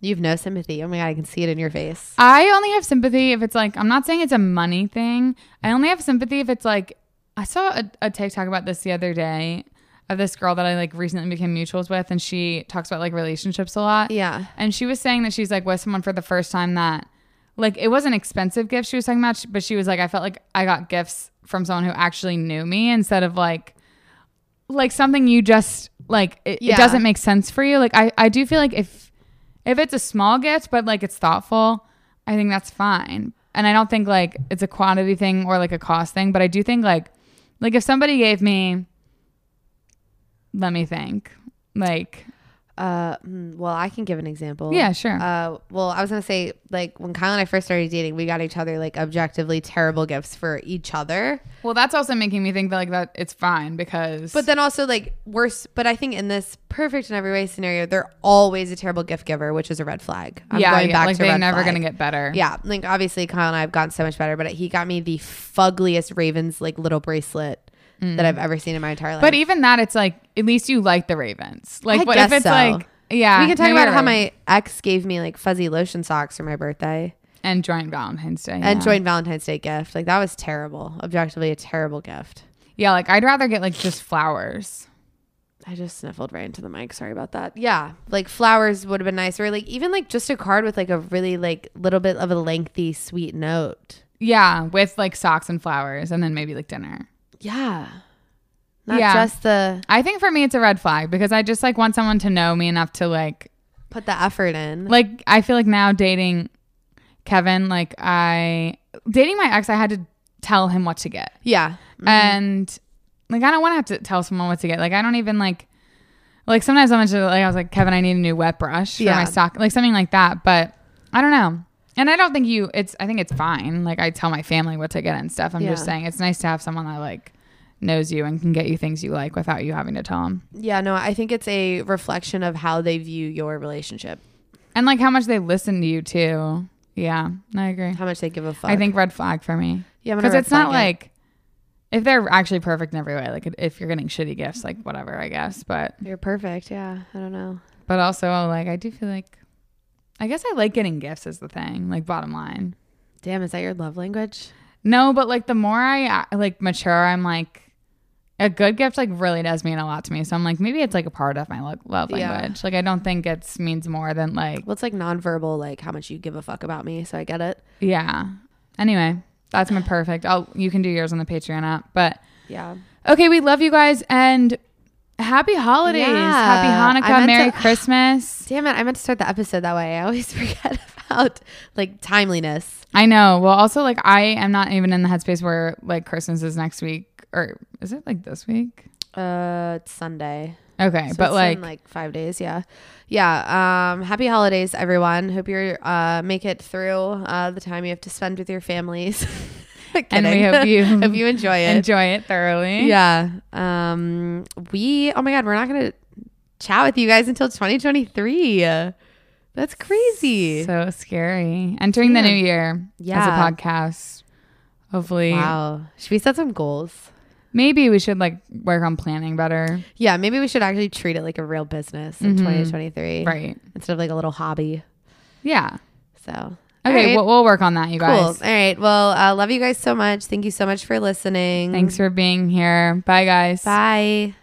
Speaker 2: You have no sympathy. Oh my god, I can see it in your face.
Speaker 1: I only have sympathy if it's like I'm not saying it's a money thing. I only have sympathy if it's like I saw a, a TikTok about this the other day of this girl that I like recently became mutuals with, and she talks about like relationships a lot.
Speaker 2: Yeah.
Speaker 1: And she was saying that she's like with someone for the first time that like it was an expensive gift she was talking about, but she was like, I felt like I got gifts from someone who actually knew me instead of like like something you just like it,
Speaker 2: Yeah.
Speaker 1: it doesn't make sense for you. Like I, I do feel like if if it's a small gift but like it's thoughtful, I think that's fine. And I don't think like it's a quantity thing or like a cost thing, but I do think like like if somebody gave me let me think. Like
Speaker 2: Uh, mm, well, I can give an example.
Speaker 1: yeah, sure.
Speaker 2: Uh, well, I was gonna say like when Kyle and I first started dating, we got each other like objectively terrible gifts for each other.
Speaker 1: Well, that's also making me think that like that it's fine because
Speaker 2: But then also like worse. But I think in this perfect in every way scenario, they're always a terrible gift giver, which is a red flag. I'm
Speaker 1: yeah,
Speaker 2: going
Speaker 1: yeah,
Speaker 2: back
Speaker 1: like
Speaker 2: to
Speaker 1: they're
Speaker 2: red
Speaker 1: never
Speaker 2: flag.
Speaker 1: gonna get better.
Speaker 2: Yeah, like obviously Kyle and I have gotten so much better, but he got me the fuggliest Ravens like little bracelet that I've ever seen in my entire life.
Speaker 1: Mm. But even that, it's like at least you like the Ravens. Like,
Speaker 2: I
Speaker 1: what
Speaker 2: guess
Speaker 1: if it's
Speaker 2: so.
Speaker 1: like yeah?
Speaker 2: we can talk
Speaker 1: no,
Speaker 2: about
Speaker 1: you're right.
Speaker 2: how my ex gave me like fuzzy lotion socks for my birthday.
Speaker 1: and joint Valentine's Day
Speaker 2: and
Speaker 1: yeah.
Speaker 2: joint Valentine's Day gift. Like that was terrible. Objectively, a terrible gift.
Speaker 1: Yeah, like I'd rather get like just flowers.
Speaker 2: I just sniffled right into the mic. Sorry about that. Yeah, like flowers would have been nice, or like even like just a card with like a really like little bit of a lengthy sweet note.
Speaker 1: Yeah, with like socks and flowers, and then maybe like dinner.
Speaker 2: Yeah, not
Speaker 1: Yeah.
Speaker 2: just the
Speaker 1: I think for me it's a red flag because I just like want someone to know me enough to like
Speaker 2: put the effort in.
Speaker 1: like I feel like now dating Kevin, like I dating my ex, I had to tell him what to get.
Speaker 2: Yeah,
Speaker 1: and like I don't want to have to tell someone what to get. Like I don't even like like sometimes I'm just like I was like Kevin, I need a new wet brush for
Speaker 2: Yeah.
Speaker 1: my sock, like something like that. But I don't know, and I don't think you. It's I think it's fine. Like I tell my family what to get and stuff. I'm just
Speaker 2: Yeah.
Speaker 1: saying it's nice to have someone that like knows you and can get you things you like without you having to tell them.
Speaker 2: yeah. No, I think it's a reflection of how they view your relationship,
Speaker 1: And like how much they listen to you too. Yeah, I agree.
Speaker 2: how much they give a fuck.
Speaker 1: I think red flag for me
Speaker 2: yeah, I'm gonna
Speaker 1: because it's
Speaker 2: red
Speaker 1: not
Speaker 2: flag it.
Speaker 1: like. If they're actually perfect in every way, like if you're getting shitty gifts, like whatever, I guess. But
Speaker 2: you're perfect. Yeah, I don't know.
Speaker 1: But also, like, I do feel like, I guess I like getting gifts is the thing. Like, bottom line.
Speaker 2: Damn, is that your love language?
Speaker 1: No, but like the more I uh, like mature, I'm like, a good gift like really does mean a lot to me. So I'm like, maybe it's like a part of my lo- love
Speaker 2: Yeah.
Speaker 1: language. Like, I don't think it means more than like,
Speaker 2: Well, it's like nonverbal, like how much you give a fuck about me. So I get it.
Speaker 1: yeah. Anyway, that's my perfect. I'll you can do yours on the Patreon app. But
Speaker 2: Yeah.
Speaker 1: okay, we love you guys and happy holidays,
Speaker 2: Yeah.
Speaker 1: happy
Speaker 2: I
Speaker 1: Hanukkah,
Speaker 2: meant
Speaker 1: Merry
Speaker 2: to-
Speaker 1: Christmas.
Speaker 2: Damn it. I meant to start the episode that way. I always forget about like timeliness.
Speaker 1: I know. Well, also like I am not even in the headspace where like Christmas is next week or is it like this week?
Speaker 2: Uh, it's Sunday.
Speaker 1: Okay,
Speaker 2: So it's
Speaker 1: but
Speaker 2: in,
Speaker 1: like,
Speaker 2: like five days. Yeah. Yeah. Um, happy holidays, everyone. Hope you're, uh, make it through, uh, the time you have to spend with your families.
Speaker 1: and we
Speaker 2: Kidding.
Speaker 1: hope you,
Speaker 2: hope you enjoy it.
Speaker 1: enjoy it thoroughly.
Speaker 2: yeah. Um, we, oh my God, we're not going to chat with you guys until 2023. That's crazy.
Speaker 1: so scary. Entering the
Speaker 2: Damn.
Speaker 1: new year
Speaker 2: Yeah.
Speaker 1: as a podcast. Hopefully,
Speaker 2: wow. Should we set some goals?
Speaker 1: maybe we should like work on planning better.
Speaker 2: Yeah, maybe we should actually treat it like a real business in
Speaker 1: Mhm.
Speaker 2: 2023
Speaker 1: Right?
Speaker 2: instead of like a little hobby.
Speaker 1: Yeah.
Speaker 2: So,
Speaker 1: Okay.
Speaker 2: right.
Speaker 1: Well, we'll work on that, you
Speaker 2: cool. All
Speaker 1: guys.
Speaker 2: right. Well, uh, love you guys so much. Thank you so much for listening.
Speaker 1: Thanks for being here. Bye, guys.
Speaker 2: Bye.